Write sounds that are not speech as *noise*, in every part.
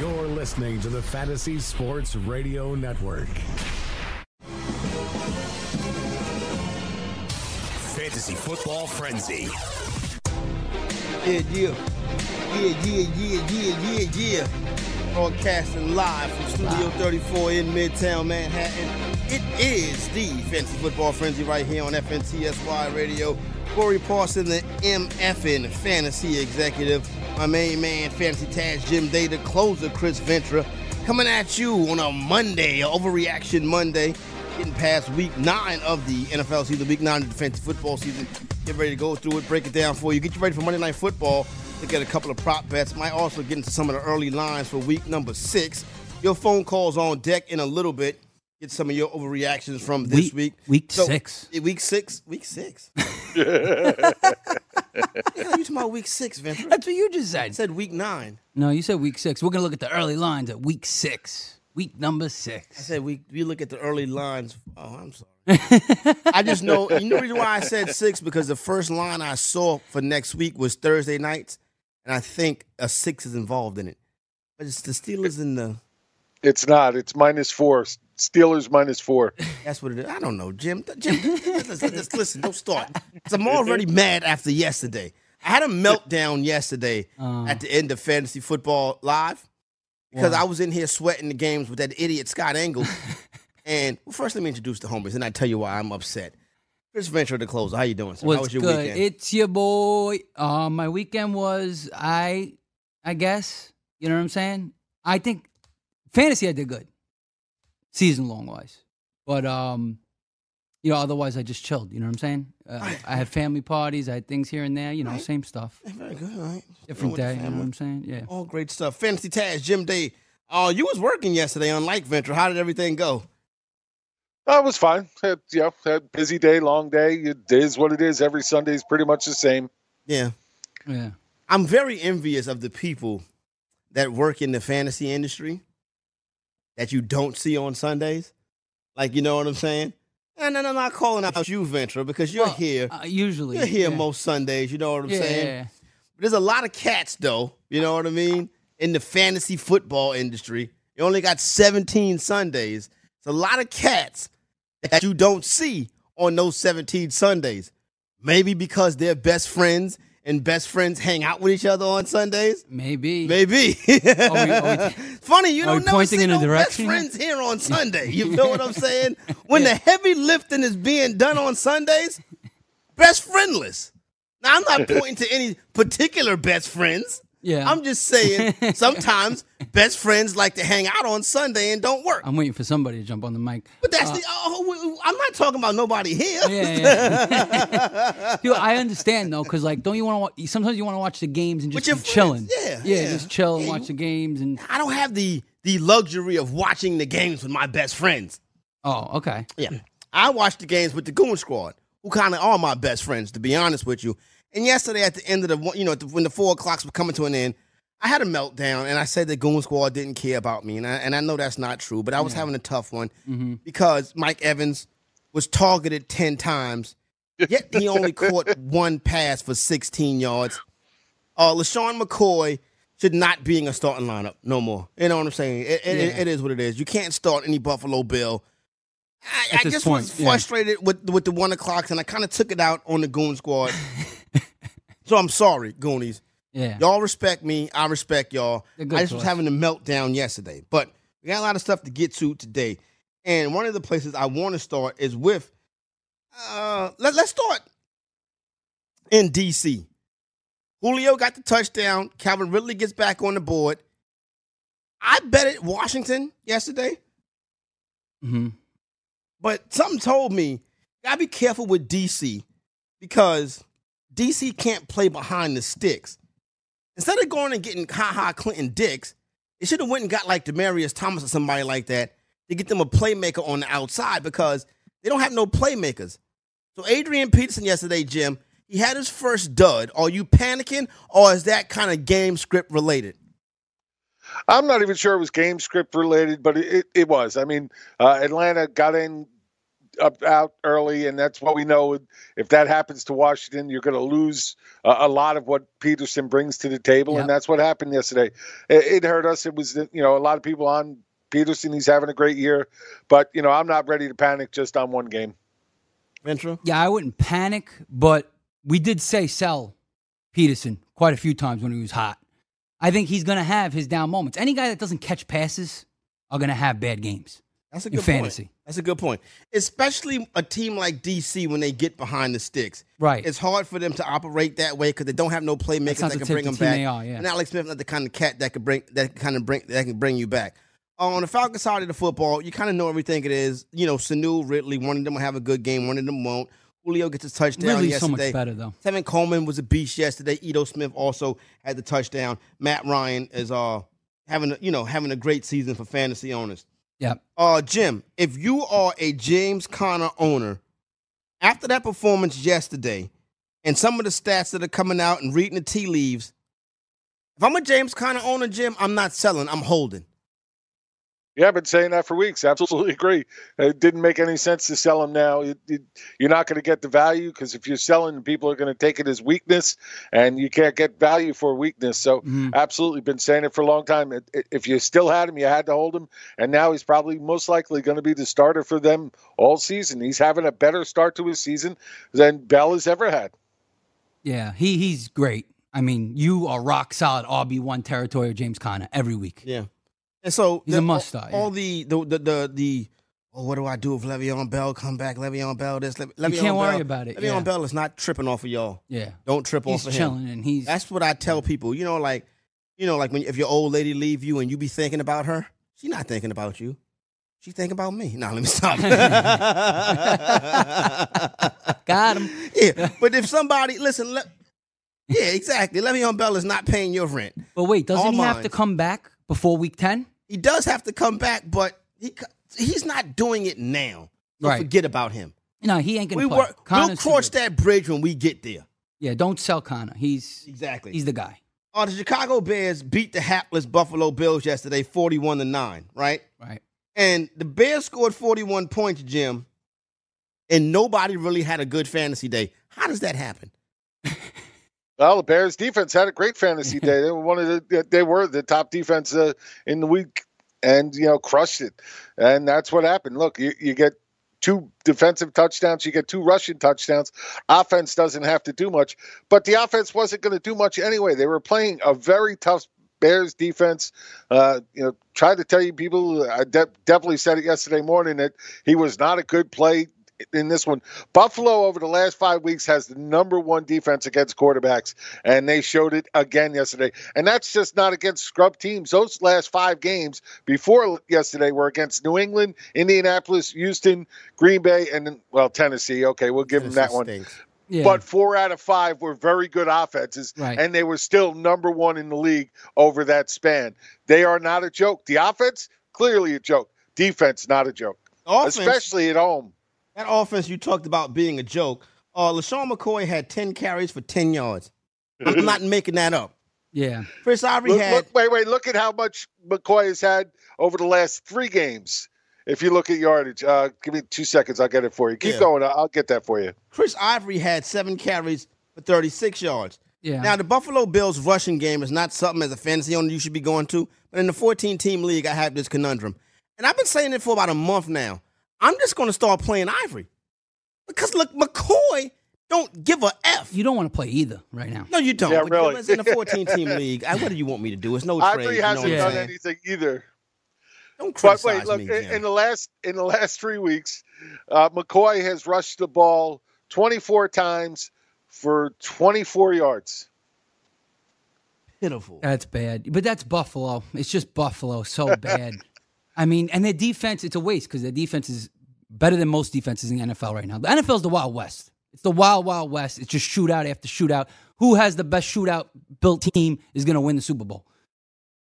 You're listening to the Fantasy Sports Radio Network. Fantasy Football Frenzy. Yeah, yeah. Yeah, yeah, yeah, yeah, yeah, yeah. Broadcasting live from Studio 34 in Midtown Manhattan. It is the Fantasy Football Frenzy right here on FNTSY Radio. Corey Parson, the MFN Fantasy Executive. My main man, Fantasy Taz Jim Day, the closer, Chris Ventra. Coming at you on a Monday, Overreaction Monday getting past week nine of the NFL season, week nine of the fantasy football season. Get ready to go through it, break it down for you, get you ready for Monday Night Football. Look at a couple of prop bets. Might also get into some of the early lines for week number six. Your phone calls on deck in a little bit. Get some of your overreactions from this Week- week. week six. eh, Week six. Week six. yeah, you talking about week six, *laughs* Ventura? I That's what you just said. said week nine. No, you said week six. We're gonna look at the early lines at week six. Week number I six. said we we look at the early lines. Oh, I'm sorry. I just know you know the reason why I said six because the first line I saw for next week was Thursday nights, and I think a six is involved in it. But it's the Steelers and the It's not. It's minus four. Steelers minus four. that's what it is. I don't know, Jim. Jim, listen, listen, listen, don't start. 'Cause I'm already mad after yesterday. I had a meltdown yesterday Uh. at the end of fantasy football live because I was in here sweating the games with that idiot Scott *laughs* Engel. and well, first, let me introduce the homies, and I tell you why I'm upset. Chris Venture, the closer. How you doing? Sir? What's How was your good? weekend? It's your boy. Uh, my weekend was I, I guess you know what I'm saying. I think fantasy I did good, season long wise, but um, you know otherwise I just chilled. You know what I'm saying. Uh, I had family parties. I had things here and there. You know, same stuff, Very good. All right. different With the day. You know what family. Oh, I'm saying? Yeah. All great stuff. Fantasy Taz, Jim Day. Oh, you was working yesterday, unlike Venture. How did everything go? That was fine. Had, you know, had busy day, long day. It is what it is. Every Sunday is pretty much the same. Yeah. Yeah. I'm very envious of the people that work in the fantasy industry that you don't see on Sundays. Like, you know what I'm saying? And then I'm not calling out you, Ventra, because you're Well, here. Uh, usually You're here yeah. most Sundays. You know what I'm Yeah, saying? yeah, yeah. There's a lot of cats, though. You know what I mean? In the fantasy football industry, you only got 17 Sundays. It's a lot of cats that you don't see on those 17 Sundays. Maybe because they're best friends and best friends hang out with each other on Sundays. Maybe. *laughs* Maybe. we- are Funny, you are don't we never pointing see in a no direction? best friends here *laughs* on Sunday. You know what I'm saying? When the heavy lifting is being done on Sundays, best friendless. Now I'm *laughs* not pointing to any particular best friends. Yeah. I'm just *laughs* saying sometimes best friends like to hang out on Sunday and don't work. I'm waiting for somebody to jump on the mic. but that's the oh, w- w- I'm not talking about nobody here. uh, Yeah, yeah. *laughs* Dude, I understand though, because like, don't you want to? Sometimes you want to watch the games and With just your be chilling. friends, yeah, yeah, yeah. just chill and Yeah, watch you- the games and. *laughs* I don't have the the luxury of watching the games with my best friends. Oh, okay. Yeah. *clears throat* I watched the games with the Goon Squad, who kind of are my best friends, to be honest with you. And yesterday, at the end of the, one- you know, at the- when the four o'clocks were coming to an end, I had a meltdown and I said that Goon Squad didn't care about me. And I, and I know that's not true, but I was having a tough one because Mike Evans was targeted 10 times, yet he *laughs* only caught one pass for 16 yards. Uh, LaShawn McCoy should not be in a starting lineup no more. You know what I'm saying? It, it, Yeah. it is what it is. You can't start any Buffalo Bill. I, At I this just was point, yeah. frustrated with with the one o'clocks, and I kind of took it out on the Goon *laughs* Squad. so I'm sorry, Goonies. Yeah. Y'all respect me. I respect y'all. I They're good just to was us. having a meltdown yesterday, but we got a lot of stuff to get to today. And one of the places I want to start is with. Uh, let, let's start in DC. Julio got the touchdown. Calvin Ridley gets back on the board. I bet it Washington yesterday. hmm But something told me gotta be careful with DC because DC can't play behind the sticks. Instead of going and getting ha ha Clinton dicks, They should have went and got like Demarius Thomas or somebody like that to get them a playmaker on the outside because they don't have no playmakers. So Adrian Peterson yesterday, Jim, he had his first dud. Are you panicking or is that kind of game script related? I'm not even sure it was game script related, but it, it, it was. I mean, uh, Atlanta got in up out early, and that's what we know. If that happens to Washington, you're going to lose a, a lot of what Peterson brings to the table, Yep. and that's what happened yesterday. It, it hurt us. It was you know a lot of people on Peterson. He's having a great year, but you know I'm not ready to panic just on one game. Ventura? Yeah, I wouldn't panic, but we did say sell Peterson quite a few times when he was hot. I think he's going to have his down moments. Any guy that doesn't catch passes are going to have bad games. That's a in good fantasy. point. That's a good point. Especially a team like DC when they get behind the sticks. Right. It's hard for them to operate that way because they don't have no playmakers That's not that the can type bring them of team back. they are, yeah. And Alex Smith not the kind of cat that could bring that kind of bring that can bring you back. Uh, On the Falcons side of the football, you kind of know everything it is. You know, Sanu, Ridley, one of them will have a good game, one of them won't. Julio gets a touchdown Ridley's so yesterday. much better, though. Tevin Coleman was a beast yesterday. Edo Smith also had the touchdown. Matt Ryan is uh having a, you know having a great season for fantasy owners. Yeah. Uh, Jim, if you are a James Conner owner, after that performance yesterday, and some of the stats that are coming out and reading the tea leaves, if I'm a James Conner owner, Jim, I'm not selling. I'm holding. Yeah, I've been saying that for weeks. *laughs* Absolutely agree. It didn't make any sense to sell him now. It, it, you're not going to get the value because if you're selling, people are going to take it as weakness, and you can't get value for weakness. So, absolutely, been saying it for a long time. It, it- if you still had him, you had to hold him, and now he's probably most likely going to be the starter for them all season. He's having a better start to his season than Bell has ever had. Yeah, he he's great. I mean, you are rock solid RB one territory of James Conner every week. Yeah. And so He's a the- All, must-start, yeah. all the the the the, the oh, what do I do if Le'Veon Bell come back? Le'Veon Bell, this. Le, Le'Veon can't Bell. worry about it, Le'Veon yeah. Bell is not tripping off of y'all. Yeah, Don't trip he's off of him. chilling and he's That's what I tell people. You know, like, you know, like when if your old lady leave you and you be thinking about her, she not thinking about you. She thinking about me. Now let me stop. *laughs* *laughs* *laughs* got him. yeah, but if somebody listen, let, yeah, exactly. Le'Veon Bell is not paying your rent. But wait, doesn't All he have mine. to come back before week ten? He does have to come back, but he co- he's not doing it now. So Right. forget about him. No, he ain't gonna We play. were, we'll Connor's too cross good. that bridge when we get there. Yeah, don't sell Connor. He's Exactly. he's the guy. Oh, the Chicago Bears beat the hapless Buffalo Bills yesterday, forty-one to nine. Right. Right. And the Bears scored 41 points, Jim, and nobody really had a good fantasy day. How does that happen? Well, the Bears defense had a great fantasy day. They were one of the they were the top defense uh, in the week, and you know crushed it. And that's what happened. Look, you, you get two defensive touchdowns, you get two rushing touchdowns. Offense doesn't have to do much, but the offense wasn't going to do much anyway. They were playing a very tough Bears defense. Uh, you know, tried to tell you people. I de- definitely said it yesterday morning that he was not a good play in this one. Buffalo over the last five weeks has the number one defense against quarterbacks, and they showed it again yesterday. And that's just not against scrub teams. Those last five games before yesterday were against New England, Indianapolis, Houston, Green Bay, and then, well Tennessee. Okay, we'll give them that Tennessee one. stinks. Yeah. But four out of five were very good offenses, Right. and they were still number one in the league over that span. They are not a joke. The offense clearly a joke. Defense not a joke, Offense, especially at home. that offense you talked about being a joke. Uh, LaShawn McCoy had 10 carries for 10 yards. I'm not making that up. yeah. Chris Ivory Mm-hmm. Look, had look- wait, wait. Look at how much McCoy has had over the last three games. If you look at yardage, uh, give me two seconds. I'll get it for you. Keep Yeah. going. I- I'll get that for you. Chris Ivory had seven carries for 36 yards. Yeah. Now, the Buffalo Bills rushing game is not something as a fantasy owner you should be going to, but in the 14 team league, I have this conundrum. And I've been saying it for about a month now. I'm just going to start playing Ivory. Because, look, McCoy don't give a F. You don't want to play either right now. no, you don't. Yeah, But really. It's in the *laughs* 14 team league. I, what do you want me to do? It's no trade. Ivory you know hasn't what I'm done saying? anything either. Don't But criticize wait, look. me, in, Jim. in the last in the last three weeks, uh, McCoy has rushed the ball 24 times for 24 yards. Pitiful. That's bad. But that's Buffalo. It's just Buffalo. So bad. I mean, and their defense, it's a waste because their defense is better than most defenses in the NFL right now. The NFL's the Wild West. It's the Wild, Wild West. It's just shootout after shootout. Who has the best shootout built team is going to win the Super Bowl.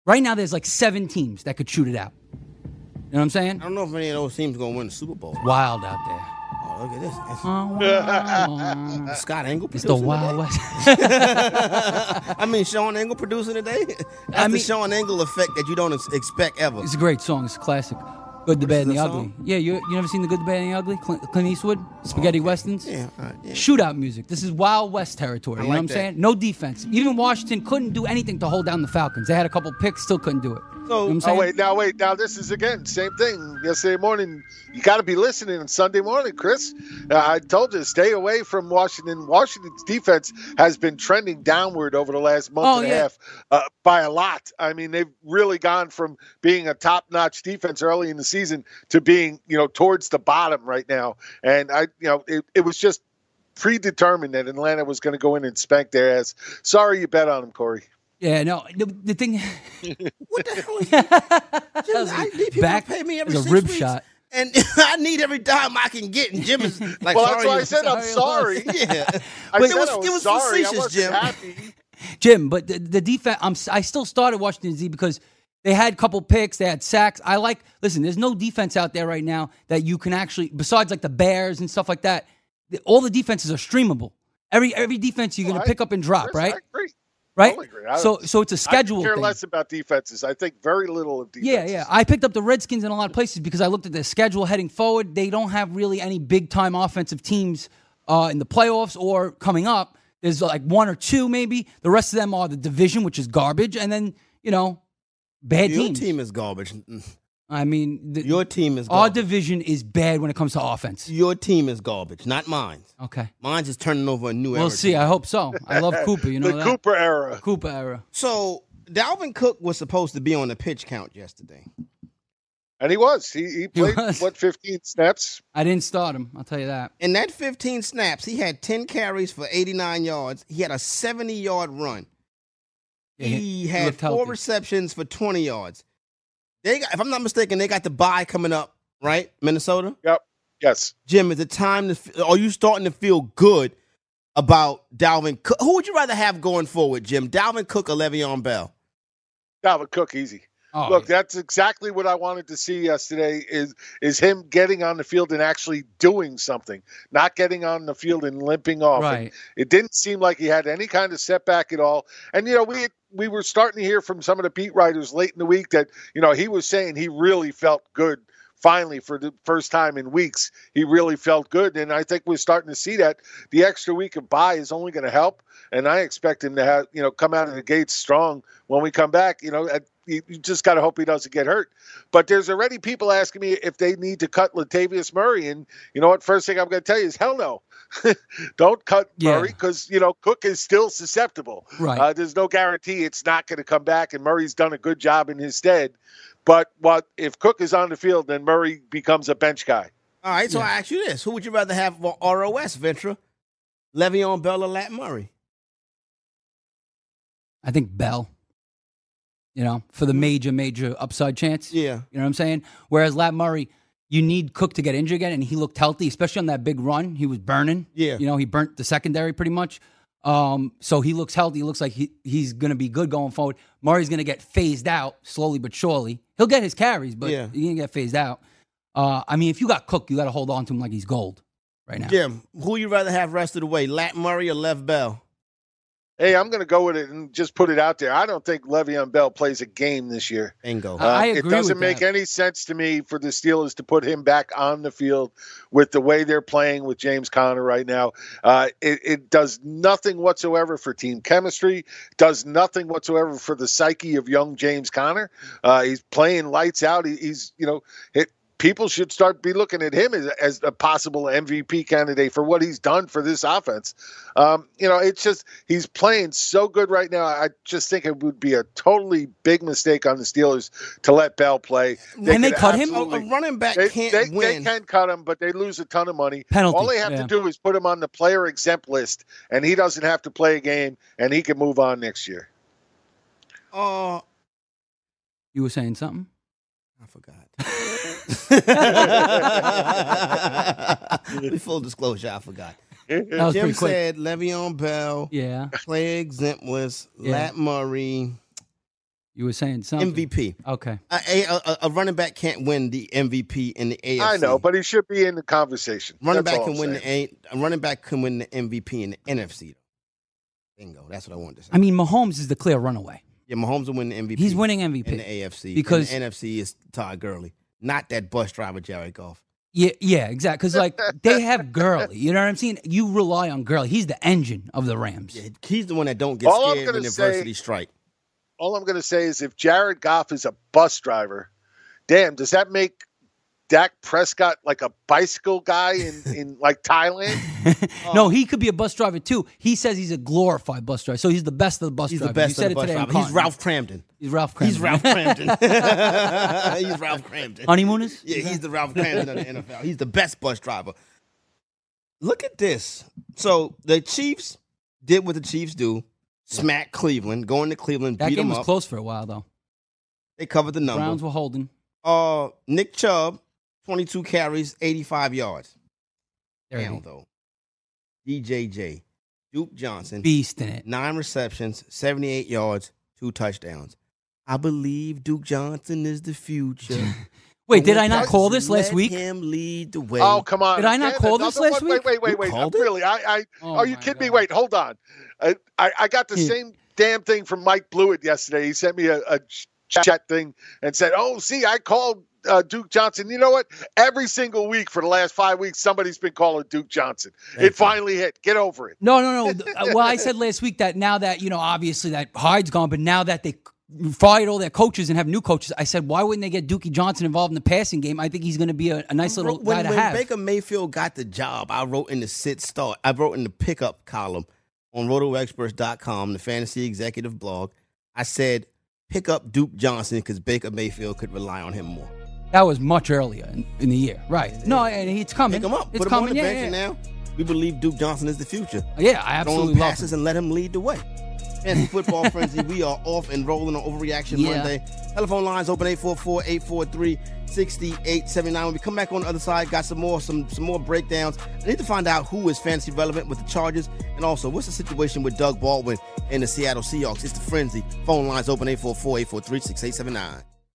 Right now, there's like seven teams that could shoot it out. You know what I'm saying? I don't know if any of those teams gonna win the Super *laughs* Bowl. Wild out there. Oh, look at this. It's- It's Scott Angle. It's the Wild West. *laughs* I mean, Sean Angle producing today. *laughs* That's I the mean- Sean Angle effect that you don't ex- expect ever. it's a great song. It's a classic. Good, the What is bad, and the the ugly. song? Oh, Yeah, you you never seen the good, the bad, and the ugly? Clint, Clint Eastwood, spaghetti westerns. Yeah, all right, yeah. Shootout music. This is Wild West territory. I you know like what I'm that. saying? No defense. Even Washington couldn't do anything to hold down the Falcons. They had a couple picks, still couldn't do it. You know what I'm So- saying? Oh wait, now wait, now this is again same thing. Yesterday morning, you got to be listening on Sunday morning, Chris. Uh, I told you stay away from Washington. Washington's defense has been trending downward over the last month Oh, and yeah. a half uh, by a lot. I mean, they've really gone from being a top-notch defense early in the season to being you know towards the bottom right now. And I, you know, it, it was just predetermined that Atlanta was going to go in and spank their ass. Sorry, you bet on them, Corey. Yeah, no. The, the thing, *laughs* What the hell is was I, these people back pay me every is a six rib weeks, shot. and *laughs* I need every dime I can get. And Jim *laughs* is like, Well, sorry, that's why I said I'm *laughs* sorry, sorry. yeah. I Wait, said it was- I it was sorry. I facetious, wasn't Jim. happy. Jim, but the, the defense, I'm, s- I still started Washington Z because they had a couple picks, they had sacks. I like, listen, there's no defense out there right now that you can actually, besides like the Bears and stuff like that, the- all the defenses are streamable. Every every defense you're going Oh, I- to pick up and drop, Chris, right? I agree. Right? totally agree. I So was- so it's a schedule I care thing. less about defenses. I think very little of Yeah, defenses. yeah. I picked up the Redskins in a lot of places because I looked at their schedule heading forward. They don't have really any big time offensive teams uh, in the playoffs or coming up. There's like one or two maybe. The rest of them are the division, which is garbage, and then you know bad Your teams. team is garbage. I mean, the, Your team is our garbage. division is bad when it comes to offense. Your team is garbage, not mine. Okay, Mine's just turning over a new we'll era. see. I hope so. I love Cooper. You know the that Cooper era. Cooper era. So Dalvin Cook was supposed to be on the pitch count yesterday. And he was. He, he played, was. what, 15 snaps? I didn't start him. I'll tell you that. In that 15 snaps, he had 10 carries for 89 yards. He had a 70 yard run. Yeah, he had looked four healthy. receptions for 20 yards. They got, if I'm not mistaken, they got the bye coming up, right? Minnesota. Yes. Jim, is it time to f- are you starting to feel good about Dalvin Cook? Who would you rather have going forward, Jim? Dalvin Cook or Le'Veon Bell? Dalvin Cook, easy. Oh, Look, that's exactly what I wanted to see yesterday is is him getting on the field and actually doing something, not getting on the field and limping off. And right. It didn't seem like he had any kind of setback at all. And you know, we we were starting to hear from some of the beat writers late in the week that you know he was saying he really felt good. Finally, for the first time in weeks, he really felt good, and I think we're starting to see that the extra week of bye is only going to help. And I expect him to have you know come out of the gates strong when we come back. You know, at, you you just got to hope he doesn't get hurt. But there's already people asking me if they need to cut Latavius Murray, and you know what? First thing I'm going to tell you is hell no. *laughs* Don't cut Yeah. Murray because you know Cook is still susceptible. Right. Uh, there's no guarantee it's not going to come back, and Murray's done a good job in his stead. But what if Cook is on the field, then Murray becomes a bench guy? All right, so Yeah. I ask you this: Who would you rather have for ROS, Ventra, Le'Veon Bell or Lat Murray? I think Bell. You know, for the major, major upside chance. Yeah, You know what I'm saying? Whereas Lat Murray, you need Cook to get injured again, and he looked healthy, especially on that big run. He was burning. Yeah. You know, he burnt the secondary pretty much. Um, so he looks healthy. He looks like he, he's going to be good going forward. Murray's going to get phased out slowly but surely. He'll get his carries, but Yeah. he's going to get phased out. Uh, I mean, if you got Cook, you got to hold on to him like he's gold right now. Jim. Who would you rather have rest of the way, Lat Murray or Lev Bell? Hey, I'm going to go with it and just put it out there. I don't think Le'Veon Bell plays a game this year. Bingo. Uh, I it agree doesn't with make that. any sense to me for the Steelers to put him back on the field with the way they're playing with James Conner right now. Uh, it, it does nothing whatsoever for team chemistry. Does nothing whatsoever for the psyche of young James Conner. Uh, he's playing lights out. He, he's you know it. People should start be looking at him as, as a possible MVP candidate for what he's done for this offense. Um, you know, it's just he's playing so good right now. I just think it would be a totally big mistake on the Steelers to let Bell play. Can they could cut him? a, Oh, a absolutely- running back They, can't they, they win. can cut him, but they lose a ton of money. Penalty, All they have yeah. to do is put him on the player exempt list, and he doesn't have to play a game, and he can move on next *laughs* year. Oh, You were saying something? I *laughs* forgot. Full disclosure, I forgot. That was Jim pretty quick. said Le'Veon Bell, yeah. player exempt was Yeah. Lat Murray. You were saying something. MVP. Okay. A, a, a- a running back can't win the MVP in the AFC. I know, but he should be in the conversation. running That's back all can I'm win saying. the a running back can win the MVP in the NFC. Bingo. That's what I wanted to say. I mean, Mahomes is the clear runaway. yeah, Mahomes will win the MVP. He's winning MVP. in the AFC Because- And the NFC is Todd Gurley, not that bus driver Jared Goff. Yeah, yeah, exactly. Because like they have Gurley, you know what I'm saying. You rely on Gurley. He's the engine of the Rams. Yeah, he's the one that don't get All I'm scared when gonna adversity strike. All I'm going to say is if Jared Goff is a bus driver, damn, does that make Dak Prescott like a bicycle *laughs* guy in, in like Thailand? No, he could be a bus driver too. He says he's a glorified bus driver, so he's the best of the bus He's the drivers. best you of said the it bus today on driver. He's Cotton. Ralph Cramden. He's Ralph. Cramden. He's Ralph Cramden. *laughs* he's Ralph Cramden. *laughs* Honeymooners. *laughs* Yeah, he's the Ralph Cramden of the NFL. He's the best bus driver. Look at this. So the Chiefs did what the Chiefs do. Smack Cleveland, going to Cleveland, That beat game them was up. close for a while though. They covered the number. Browns were holding. Uh, Nick Chubb, 22 carries, 85 yards. There he Now, is. though, DJJ, Duke Johnson, Beast in it. nine receptions, 78 yards, two touchdowns. I believe Duke Johnson is the future. *laughs* Wait, did I not Texas call this last Let week? him lead the way. Oh, come on. Did I not Again, call this another last one? week? Wait, You wait, wait, wait. called it? Really? I, I Oh, Are you my kidding me? God. Wait, hold on. I, I, I got the Yeah. same damn thing from Mike Blewett yesterday. He sent me a, a ch- chat thing and said, "Oh, see, I called uh, Duke Johnson." You know what? Every single week for the last five weeks, somebody's been calling Duke Johnson. Thank it finally hit. Get over it. No, no, no. Th- uh, well, I said last week that now that you know, obviously that Hyde's gone, but now that they c- fired all their coaches and have new coaches, I said why wouldn't they get Dookie Johnson involved in the passing game? I think he's going to be a, a nice little When- guy to when have. Baker Mayfield got the job, I wrote in the sit start. I wrote in the pickup column on rotoexperts.com, the fantasy executive blog. I said, pick up Duke Johnson because Baker Mayfield could rely on him more. that was much earlier in, in the year, right? No, and it's coming. Pick him up. It's Put him coming. on the yeah, bench yeah, and now. We believe Duke Johnson is the future. yeah. yeah, Throw I absolutely him love passes him. and let him lead the way. *laughs* Fantasy Football Frenzy, we are off and rolling on Overreaction Yeah. Monday. Telephone lines open 844-843-6879. When we come back on the other side, got some more, some, some more breakdowns. I need to find out who is fantasy relevant with the Chargers and also what's the situation with Doug Baldwin and the Seattle Seahawks. It's the Frenzy. Phone lines open 844-843-6879.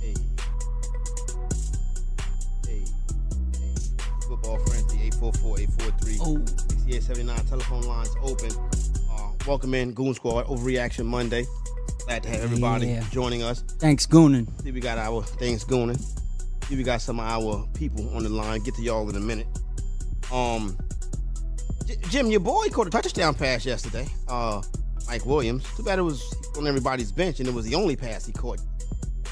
Hey. Hey. Hey. Football Frenzy, 844-843. Oh, 6879 telephone lines open. Uh, welcome in Goon Squad Overreaction Monday. Glad to have everybody Yeah. joining us. thanks, Goonan. See, we got our things gooning. See, we got some of our people on the line. Get to y'all in a minute. Um, J- Jim, your boy caught a touchdown pass yesterday. Uh, Mike Williams. Too bad it was on everybody's bench, and it was the only pass he caught.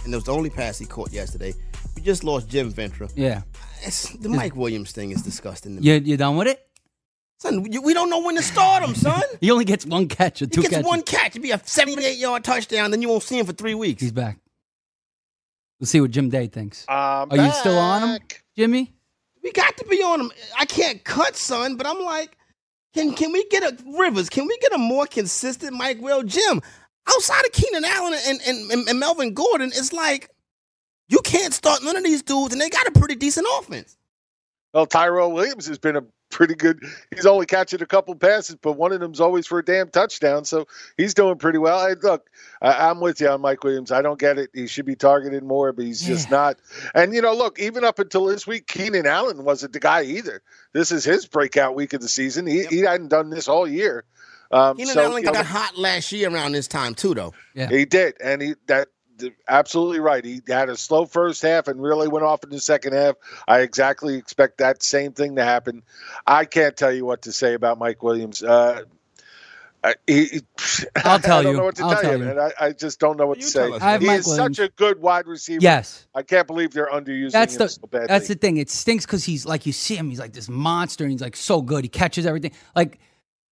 And it was the only pass he caught yesterday. We just lost Jim Ventra. Yeah, It's, the Mike Williams thing is disgusting to me. you you done with it? Son, you- we don't know when to start him, son. He only gets one catch or He two gets catches. one catch. It'd be a 78 yard touchdown. Then you won't see him for three weeks. He's back. We'll see what Jim Day thinks. I'm Are you still on him? back. Jimmy. We got to be on him. I can't cut, son, but I'm like, can can we get a Rivers? Can we get a more consistent Mike Will Jim? Outside of Keenan Allen and, and, and, and Melvin Gordon, it's like you can't start none of these dudes, and they got a pretty decent offense. Well, Tyrell Williams has been a pretty good. He's only catching a couple passes, but one of them's always for a damn touchdown. So he's doing pretty well. Hey, look, I, I'm with you on Mike Williams. I don't get it. He should be targeted more, but he's just Yeah. not. And you know, look, even up until this week, Keenan Allen wasn't the guy either. This is his breakout week of the season. He, he hadn't done this all year. Um, Keenan so, Allen you know, got hot last year around this time too, though. he did, and he that th- absolutely right. He had a slow first half and really went off in the second half. I exactly expect that same thing to happen. I can't tell you what to say about Mike Williams. Uh, I- he, he- I'll tell *laughs* *laughs* I don't you. know what to I'll tell you, you. man. I, I just don't know what You to tell say. us. I have He Mike is Williams. such a good wide receiver. Yes. I can't believe they're underusing That's him the so badly. that's the thing. It stinks because he's like you see him, he's like this monster, and he's like so good. He catches everything. Like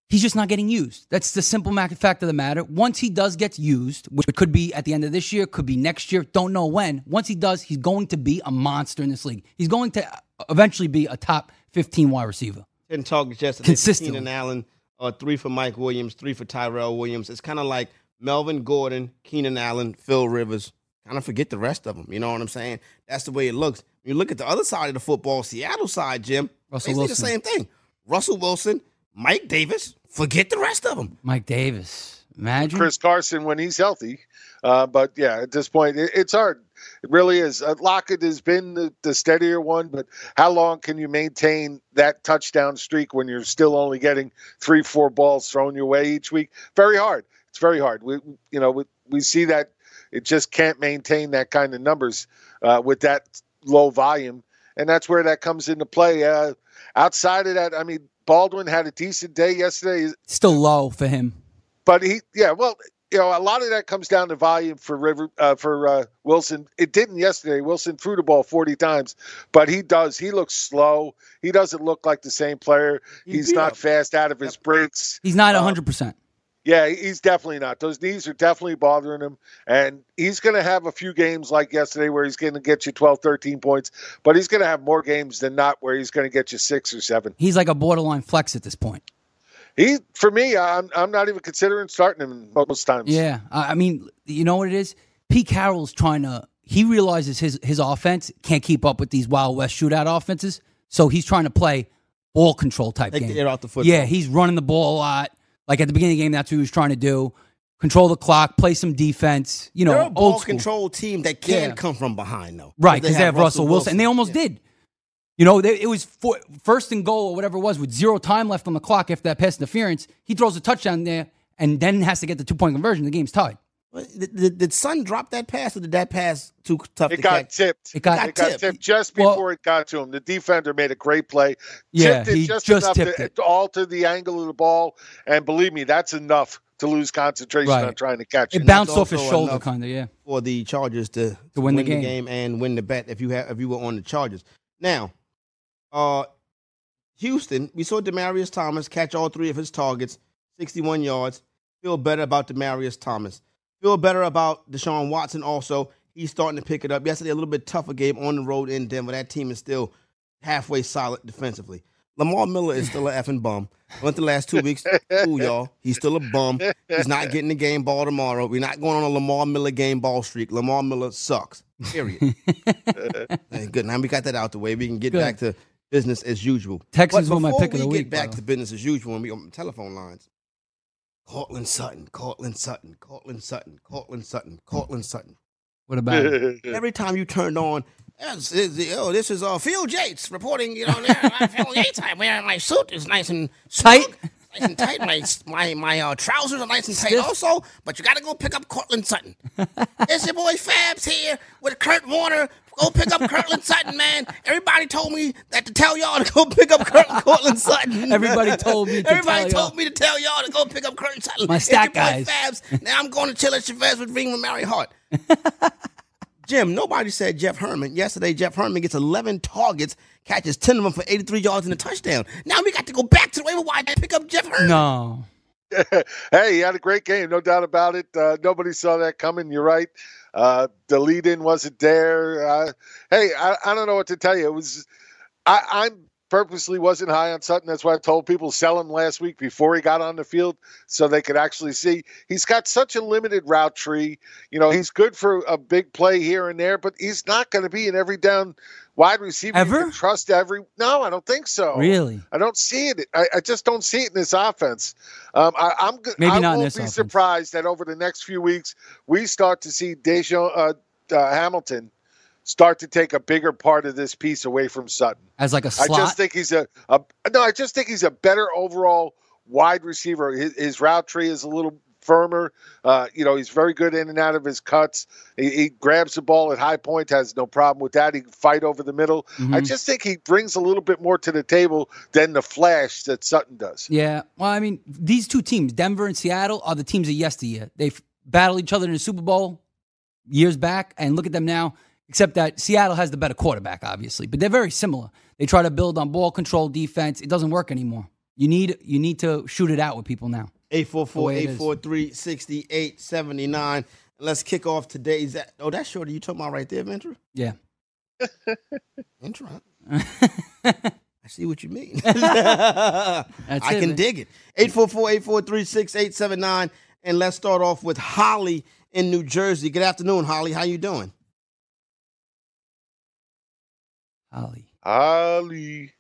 He's just not getting used. That's the simple ma- fact of the matter. Once he does get used, which could be at the end of this year, could be next year, don't know when. Once he does, he's going to be a monster in this league. He's going to uh, eventually be a top 15 wide receiver. 10 targets yesterday. Consistently. Keenan Allen, uh, three for Mike Williams, three for Tyrell Williams. It's kind of like Melvin Gordon, Keenan Allen, Phil Rivers. Kind of forget the rest of them. You know what I'm saying? That's the way it looks. When you look at the other side of the football, Seattle side, Jim. Russell basically Wilson. the same thing. Russell Wilson, Mike Davis. Forget the rest of them. Mike Davis. Imagine. Chris Carson when he's healthy. Uh, but yeah, at this point, it, it's hard. It really is. Uh, Lockett has been the, the steadier one, but how long can you maintain that touchdown streak when you're still only getting three, four balls thrown your way each week? Very hard. It's very hard. We, you know, we, we see that it just can't maintain that kind of numbers uh, with that low volume, and that's where that comes into play. Uh, outside of that, I mean, Baldwin had a decent day yesterday Still low for him. but he yeah well you know a lot of that comes down to volume for river uh, for uh, wilson it didn't yesterday wilson threw the ball 40 times but he does he looks slow he doesn't look like the same player he's not fast out of his breaks He's not 100%. yeah he's definitely not those knees are definitely bothering him and he's going to have a few games like yesterday where he's going to get you 12 13 points but he's going to have more games than not where he's going to get you six or seven He's like a borderline flex at this point. he for me i'm, I'm not even considering starting him most times Yeah, I I mean, you know what it is. Pete Carroll's trying to. He realizes his his offense can't keep up with these Wild West shootout offenses, so he's trying to play ball control type Take game. the air out the football. Yeah, he's running the ball a lot. Like at the beginning of the game, that's what he was trying to do: control the clock, play some defense. You know, They're a ball old school. control team that can Yeah. come from behind, though. Right, because they, have Russell Wilson, and they almost did. You know, they, it was four, first and goal or whatever it was with zero time left on the clock after that pass interference. He throws a touchdown there and then has to get the two point conversion. The game's tied. Did, did, did Sun drop that pass, or did that pass too tough It to got catch? tipped. It got- it got tipped. tipped. just Well- before it got to him. The defender made a great play. Yeah, tipped it he just, just enough tipped to, it. to alter the angle of the ball. And believe me, that's enough to lose concentration Right. on trying to catch It it. bounced that's off his also shoulder, enough. kind of. Yeah. for the Chargers to, to win the game. and win the bet if you have if you were on the Chargers. Now, uh Houston, we saw Demarius Thomas catch all three of his targets, 61 yards. Feel better about Demarius Thomas. Feel better about Deshaun Watson also. He's starting to pick it up. Yesterday, a little bit tougher game on the road in Denver. That team is still halfway solid defensively. Lamar Miller is still a effing bum. Went the last two weeks. Ooh, y'all. He's still a bum. He's not getting the game ball tomorrow. We're not going on a Lamar Miller game ball streak. Lamar Miller sucks. Period. Thank Good. Now we got that out the way. We can get Good. back to business as usual. Texans But were my before pick of we the get week, by back the to business as usual when we open telephone lines. Cortland Sutton, Cortland Sutton, Cortland Sutton, Cortland Sutton, Cortland Sutton. What about it? Every time you turned on, "Yes, is the- oh, this is uh, Phil Yates reporting. You know, there, I'm Phil Yates. I'm wearing my suit is nice and Tight. snug, nice and tight. My my my uh, trousers are nice and tight also. But you got to go pick up Cortland *laughs* Sutton. it's your boy Fabs here with Kurt Warner. Go pick up Cortland Sutton, man. Everybody told me that to tell y'all to go pick up Cort- Cortland Sutton. *laughs* Everybody told me *laughs* to Everybody tell y'all. told me to tell y'all to go pick up Cortland Sutton. My It's stack your boy guys. Fabs. Now I'm going to chill at Chavez with Ring with Mary Hart. Jim, nobody said Jeff Herman. Yesterday, Jeff Herman gets 11 targets, catches 10 of them for 83 yards and a touchdown. Now we got to go back to the waiver wire and pick up Jeff Herman. *laughs* No. hey, he had a great game, no doubt about it. Uh, nobody saw that coming. You're right. Uh, the lead in wasn't there. Uh, hey, I, I don't know what to tell you. It was I, I'm purposely wasn't high on Sutton. That's why I told people sell him last week before he got on the field so they could actually see. He's got such a limited route tree. You know, he's good for a big play here and there, but he's not going to be in every down wide receiver. Ever? You can trust every. No, I don't think so. Really? I don't see it. I, I just don't see it in this offense. Um, I, I'm g- Maybe I not in won't this be offense. surprised that over the next few weeks we start to see Dejo uh, uh, Hamilton start to take a bigger part of this piece away from Sutton. As like a I slot. just think he's a, a no. I just think he's a better overall wide receiver. His, his route tree is a little firmer. Uh, you know, he's very good in and out of his cuts. He, he grabs the ball at high point, has no problem with that. He can fight over the middle. I just think he brings a little bit more to the table than the flash that Sutton does. yeah. Well, I mean, these two teams, Denver and Seattle, are the teams of yesteryear. They've battled each other in the Super Bowl years back, and look at them now. Except that Seattle has the better quarterback, obviously, but they're very similar. They try to build on ball control defense. It doesn't work anymore. You need you need to shoot it out with people now. 844-843-6879. Let's kick off today's. Oh, that's shorty you talking about right there, Ventura? Yeah. Ventura. *laughs* I see what you mean. *laughs* I it, can man. dig it. 844-843-6879. And let's start off with Holly in New Jersey. Good afternoon, Holly. How you doing? Holly. Holly,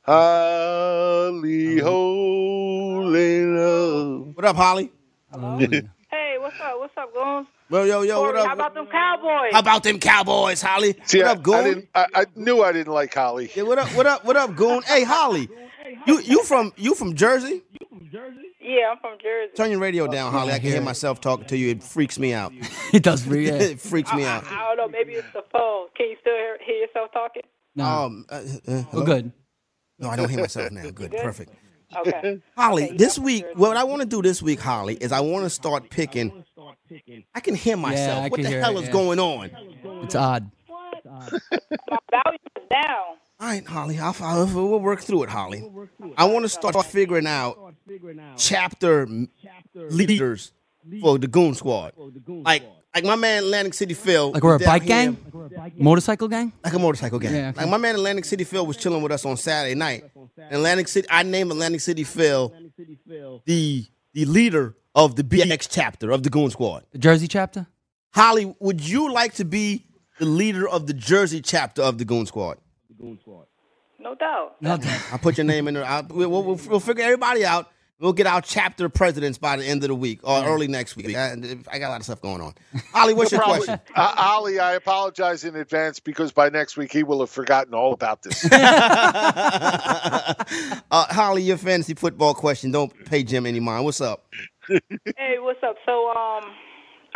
Holly, holy love. What up, Holly? Hallelujah. Hey, what's up? What's up, Goons? Yo, yo, yo, what Corey, up? How about them Cowboys? How about them Cowboys, Holly? See, what I, up, Goon? I, didn't, I, I knew I didn't like Holly. Yeah, what up? What up? What up, Goon? Hey, Holly, you you from you from Jersey? yeah, I'm from Jersey. Turn your radio down, Holly. I can hear myself talking to you. It freaks me out. *laughs* it does for you. Oh, *laughs* Yeah. it freaks me out. I don't know. Maybe it's the phone. Can you still hear, hear yourself talking? No, Um, uh, uh, we're hello? good. No, I don't hear myself now. Good, perfect. *laughs* Okay. Holly, this week, what I want to do this week, Holly, is I want to start picking. I can hear myself. I what can the hear hell it, is yeah. going on? It's odd. what? My volume is down. All right, Holly, I'll, I'll, we'll work through it, Holly. I want to start figuring out chapter m- leaders for the Goon Squad. Like, like my man Atlantic City Phil. Like we're a down bike here- gang, motorcycle gang. Like a motorcycle gang. Yeah, okay. Like my man Atlantic City Phil was chilling with us on Saturday night. Atlantic City, I named Atlantic City Phil the the leader of the BX chapter of the Goon Squad. The Jersey chapter. Holly, would you like to be the leader of the Jersey chapter of the Goon Squad? No doubt. Nothing. I'll put your name in there. I'll, we'll, we'll, we'll figure everybody out. We'll get our chapter presidents by the end of the week or early next week. I, I got a lot of stuff going on. Holly, what's your question? Uh, Holly, I apologize in advance because by next week he will have forgotten all about this. Uh, Holly, your fantasy football question. Don't pay Jim any mind. What's up? Hey, what's up? So, um,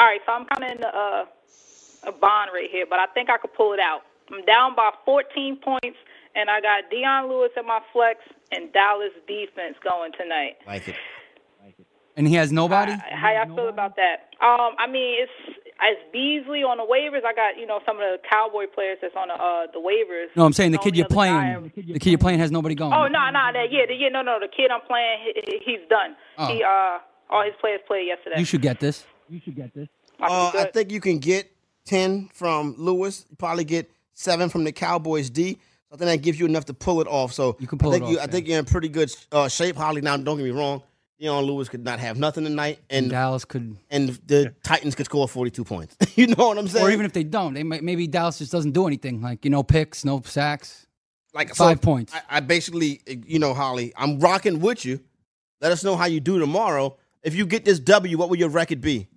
all right. So I'm kind of in a, a bond right here, but I think I could pull it out. I'm down by 14 points, and I got Deion Lewis in my flex and Dallas defense going tonight. Like it. and he has nobody. How y'all feel about that? Um, I mean, it's it's Beasley on the waivers. I got you know some of the Cowboy players that's on the uh, the waivers. No, I'm saying the kid Only you're other guy- playing. The kid you're playing has nobody going. Oh no, no, that yeah, the, yeah, no, no. The kid I'm playing, he- he, he's done. He uh, all his players played yesterday. Oh. You should get this. Uh, I think you can get 10 from Lewis. You probably get seven from the Cowboys D. I think that gives you enough to pull it off. So You can pull I think it you, off, I think you're in pretty good uh, shape, Holly. Now, don't get me wrong. Deion Lewis could not have nothing tonight, and Dallas could, and the Titans could score 42 points. *laughs* you know what I'm saying? or even if they don't, they might, maybe Dallas just doesn't do anything. Like you know, picks, no sacks. like five points. I, I basically, you know, Holly, I'm rocking with you. Let us know how you do tomorrow. If you get this W, what will your record be?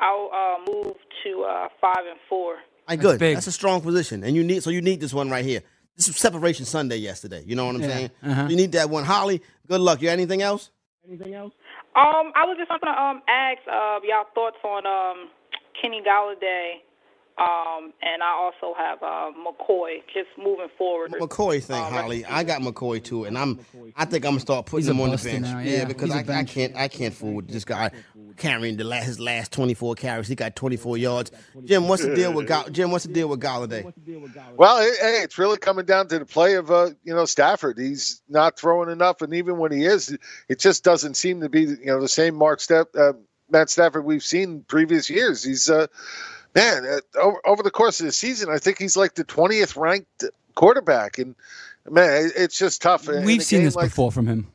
I'll uh, move to uh, five and four. I good. big. That's a strong position, and you need so you need this one right here. This was Separation Sunday yesterday. You know what I'm saying? uh-huh. You need that one, Holly. Good luck. You got anything else? Um, I was just gonna um ask uh y'all thoughts on um Kenny Galladay, um, and I also have uh McCoy just moving forward. McCoy thing, Holly. I got McCoy too, and I'm. I think I'm gonna start putting He's a him on the buster bench. now, yeah. yeah. because He's a I, I bench. can't. I can't fool with this guy carrying the last, his last 24 carries. He got 24 yards. Jim, what's the deal with Ga- Jim? What's the deal with Galladay? Well, hey, hey, it's really coming down to the play of uh, you know Stafford. He's not throwing enough, and even when he is, it just doesn't seem to be you know the same Mark Staff, uh, Matt Stafford we've seen previous years. He's uh, man uh, over, over the course of the season, I think he's like the twentieth ranked quarterback, and man, it- it's just tough. In We've a seen game this like- before from him.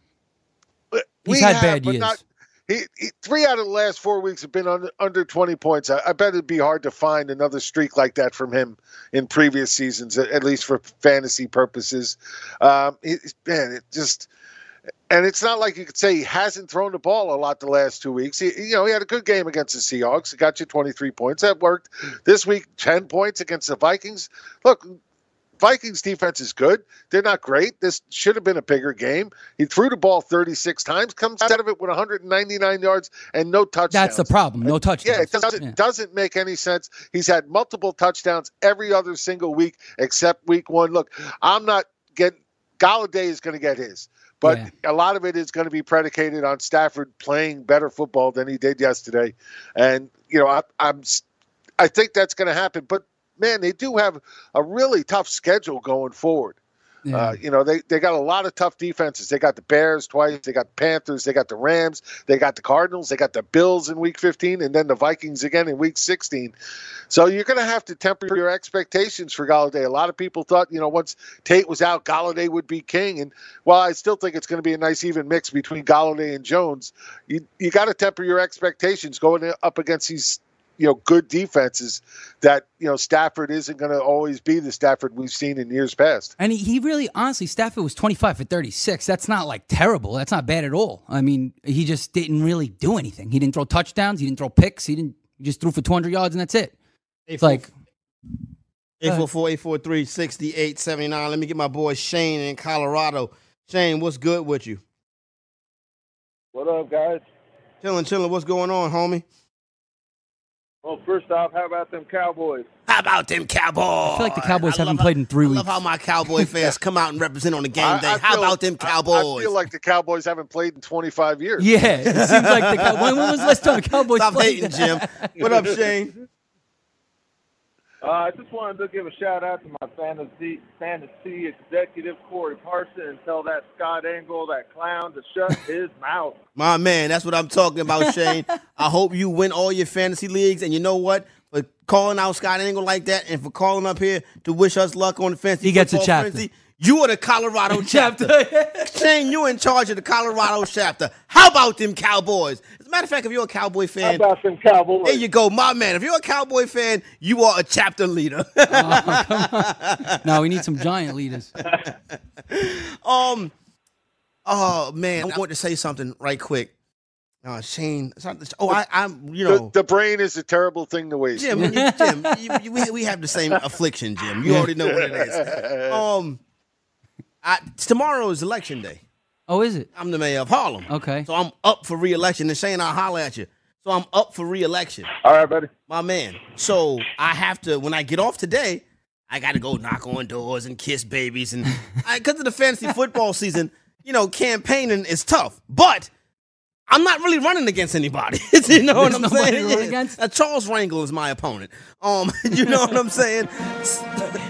we He's had have, bad but years. not- he, he, three out of the last four weeks have been under, under 20 points. I, I bet it'd be hard to find another streak like that from him in previous seasons, at, at least for fantasy purposes. Um, it, man, it just. And it's not like you could say he hasn't thrown the ball a lot the last two weeks. He, you know, he had a good game against the Seahawks. It got you 23 points. That worked. This week, 10 points against the Vikings. Look, Vikings defense is good. They're not great. This should have been a bigger game. He threw the ball 36 times, comes out of it with 199 yards and no touchdowns. That's the problem. No touchdowns. Yeah, it doesn't Yeah. doesn't make any sense. He's had multiple touchdowns every other single week except week one. Look, I'm not getting Galladay is going to get his, but Yeah. a lot of it is going to be predicated on Stafford playing better football than he did yesterday, and you know I, I'm s- I think that's going to happen. But man, they do have a really tough schedule going forward. Uh, you know, they, they got a lot of tough defenses. They got the Bears twice, they got the Panthers, they got the Rams, they got the Cardinals, they got the Bills in week 15, and then the Vikings again in week 16. So you're going to have to temper your expectations for Galladay. A lot of people thought, you know, once Tate was out, Galladay would be king. And while I still think it's going to be a nice even mix between Galladay and Jones, you, you got to temper your expectations going up against these you know good defenses that you know Stafford isn't going to always be the Stafford we've seen in years past. And he, he really, honestly, Stafford was 25 for 36. That's not like terrible. That's not bad at all. I mean, he just didn't really do anything. He didn't throw touchdowns. He didn't throw picks. He didn't. He just threw for 200 yards and that's it. It's like 844-843-6879. Let me get my boy Shane in Colorado. Shane, what's good with you? What up, guys? Chilling, chilling. What's going on, homie? Well, first off, how about them Cowboys? How about them Cowboys? I feel like the Cowboys haven't played in three I weeks. love how my Cowboy fans come out and represent on the game I- day. I how feel- about them I- I, Cowboys? feel like the Cowboys haven't played in 25 *laughs* years. yeah, *laughs* it seems like the Cowboys. When was the last time the Cowboys Stop played? hating, Jim. *laughs* What up, Shane? Uh, I just wanted to give a shout out to my fantasy fantasy executive Corey Parson and tell that Scott Angle, that clown, to shut his mouth. *laughs* My man, that's what I'm talking about, Shane. I hope you win all your fantasy leagues. And you know what? For calling out Scott Angle like that and for calling up here to wish us luck on the fantasy He gets a football chapter. frenzy, you are the *laughs* Colorado chapter. Shane, you in charge of the Colorado chapter. How about them Cowboys? As a matter of fact, if you're a Cowboy How fan, about them Cowboys? there you go, my man. If you're a Cowboy fan, you are a chapter leader. *laughs* no, we need some giant leaders. Um. Oh man, I want to say something right quick. Uh, Shane. it's not- Oh, I, I'm. You The, know, the brain is a terrible thing to waste. Jim. you- Jim, you, you, we, we have the same affliction, Jim. You already know what it is. Um, I, tomorrow is election day. *laughs* Oh, is it? I'm the mayor of Harlem. Okay. So I'm up for re-election, and Shane, I'll holler at you. So I'm up for re-election All right, buddy. my man. So I have to when I get off today, I got to go knock on doors and kiss babies, *laughs* and because of the fantasy football season, you know, campaigning is tough. But I'm not really running against anybody. *laughs* you know what There's I'm nobody saying? to run against? Now, Charles Wrangle is my opponent. Um, *laughs* you know what I'm saying?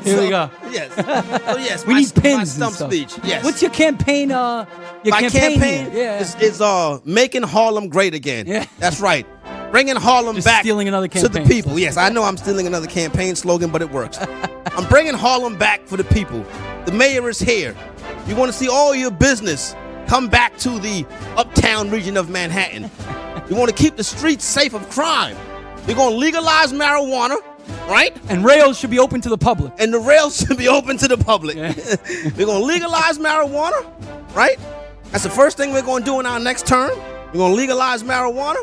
Here we So- go. Yes. So yes. We my- need My pins stump and stuff. speech. Yes. What's your campaign? Uh, your My campaign. campaign here? yeah. is, is uh making Harlem great again. Yeah. That's right. Bringing Harlem Just back stealing another to the campaign people. Yes, I know I'm stealing another campaign slogan, but it *laughs* works. I'm bringing Harlem back for the people. The mayor is here. You want to see all your business come back to the uptown region of Manhattan. *laughs* You want to keep the streets safe of crime. You're going to legalize marijuana, right? and rails should be open to the public. and the rails *laughs* should be open to the public. Yeah. *laughs* we're gonna legalize marijuana, right? That's the first thing we're gonna do in our next term. We're gonna legalize marijuana.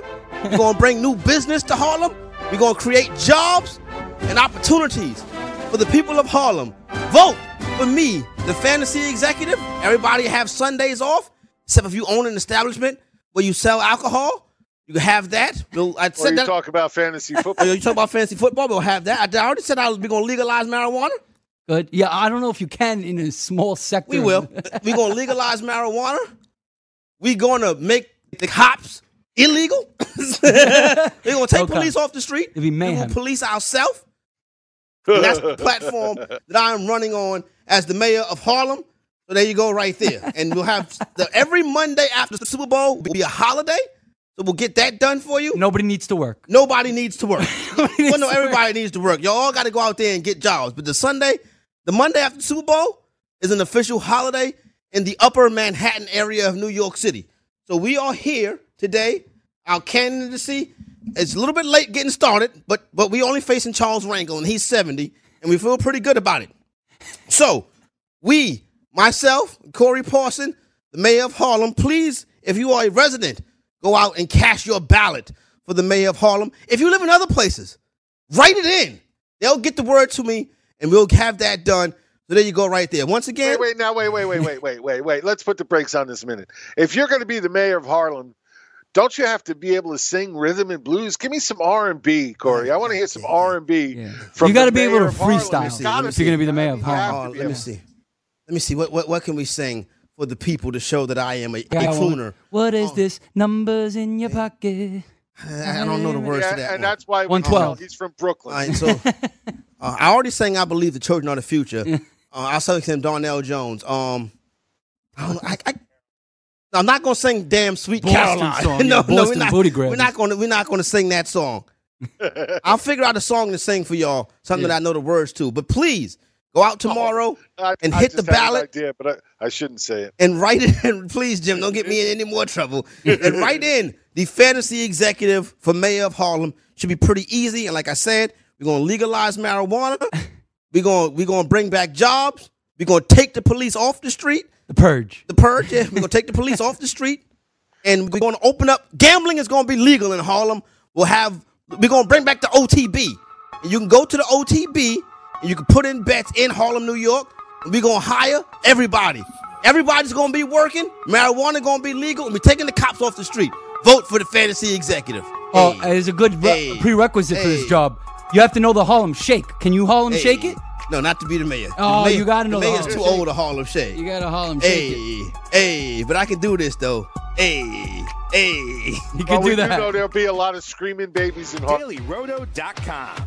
We're gonna bring new business to Harlem. We're gonna create jobs and opportunities for the people of Harlem. Vote for me, the fantasy executive. Everybody have Sundays off, except if you own an establishment where you sell alcohol. You can have that. We'll- I Or said you that. talk about fantasy Oh, football. you talk about fantasy football. We'll have that. I I already said I was. We're gonna legalize marijuana. Good. Yeah, I don't know if you can in a small sector. We will. We're gonna legalize marijuana. We're gonna make the cops illegal. *laughs* We're gonna take Okay. police off the street. It'd be We're mayhem. gonna police ourselves. And that's the platform that I'm running on as the mayor of Harlem. So there you go, right there. And we'll have the, every Monday after the Super Bowl will be a holiday. So we'll get that done for you. *laughs* Nobody needs to work. *laughs* Nobody needs to work. well, needs no, to everybody needs to work. Y'all all got to go out there and get jobs. But the Sunday, the Monday after the Super Bowl is an official holiday in the upper Manhattan area of New York City. So we are here today. Our candidacy is a little bit late getting started, but but we only facing Charles Rangel, and he's 70, and we feel pretty good about it. So we, myself, Corey Parson, the mayor of Harlem, please, if you are a resident, go out and cast your ballot for the mayor of Harlem. If you live in other places, write it in. They'll get the word to me, and we'll have that done. So there you go, right there. Once again, Wait, wait, now, wait, wait, wait, wait, wait, wait, wait. Let's put the brakes on this a minute. If you're going to be the mayor of Harlem, don't you have to be able to sing rhythm and blues? Give me some R and B, Corey. I want to hear some R and B. Yeah. You got to be able to freestyle gotta if you're going to be the mayor of Oh, Harlem. let me see. Let me see. What, what what can we sing for the people to show that I am a, a Yeah, I want- crooner? What Oh. is this? Numbers in your pocket. I, I don't know the words to Yeah, that. and one. that's why we 112. he's from Brooklyn. *laughs* All right, so uh, I already sang "I Believe the Children Are the Future." Uh, I'll select him Darnell Jones. Um, I don't know. I, I, I'm not gonna sing "Damn Sweet Boston Caroline." *laughs* song, yeah, no, no, we're Boston not. booty We're grabbers. not gonna. We're not gonna sing that *laughs* song. I'll figure out a song to sing for y'all. Something that I know the words to. But please go out tomorrow I, and I hit the just had an ballot idea, but I, I shouldn't say it. and write it in. *laughs* Please, Jim, don't get me in any more trouble. and write in the fantasy executive for mayor of Harlem. Should be pretty easy. And like I said, we're gonna legalize marijuana. We're gonna we're gonna bring back jobs. We're gonna take the police off the street. The purge. The purge. Yeah, we're gonna take the police off the street, and we're gonna open up. Gambling is gonna be legal in Harlem. We'll have. We're gonna bring back the OTB. And you can go to the OTB and you can put in bets in Harlem, New York. And we're gonna hire everybody. Everybody's gonna be working. Marijuana gonna be legal, and we're taking the cops off the street. Vote for the fantasy executive. Oh, Hey. it's a good re- Hey. prerequisite for this Hey. job. You have to know the Harlem Shake. Can you Harlem Hey. Shake it? No, not to be the mayor. Oh, the mayor, you gotta know the the mayor's Harlem too Shake. old to Harlem Shake. You got to Harlem Shake it. Hey, hey, but I can do this though. Hey, hey. You Well, can we do do know that. there'll be a lot of screaming babies in Harlem. DailyRoto.com.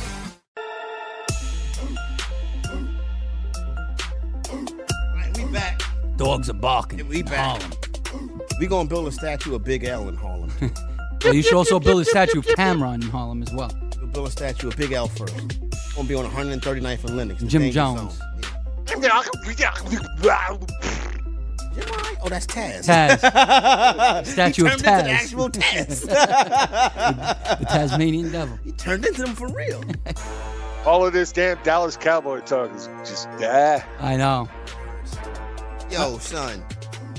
Alright, we back. Dogs are barking. And we in back. Harlem. We gonna build a statue of Big L in *laughs* Harlem. too. Well, you should also build a statue of Cameron in Harlem as well. we'll build a statue of Big L first. Gonna be on 139th and Lennox. the Jim danger Jones. zone. Yeah. Jim, alright? Oh, that's Taz. *laughs* Taz, statue he of turned into Taz. the actual *laughs* Taz. the Tasmanian devil. he turned into them for *laughs* real. All of this damn Dallas Cowboy talk is just ah. I know. Yo, son.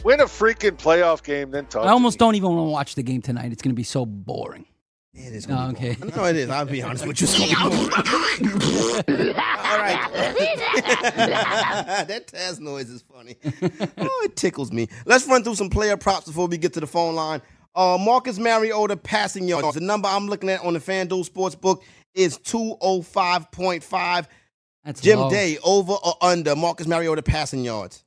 Win a freaking playoff game, then talk. I almost don't even want to watch the game tonight. It's going to be so boring. It is. Oh, gonna be okay. boring. No, it is. I'll be honest with you. It's gonna be boring. All right. that Taz noise is funny. Oh, it tickles me. Let's run through some player props before we get to the phone line. Uh, Marcus Mariota passing yards. The number I'm looking at on the FanDuel Sportsbook is 205.5. That's Jim low. Day, over or under Marcus Mariota passing yards?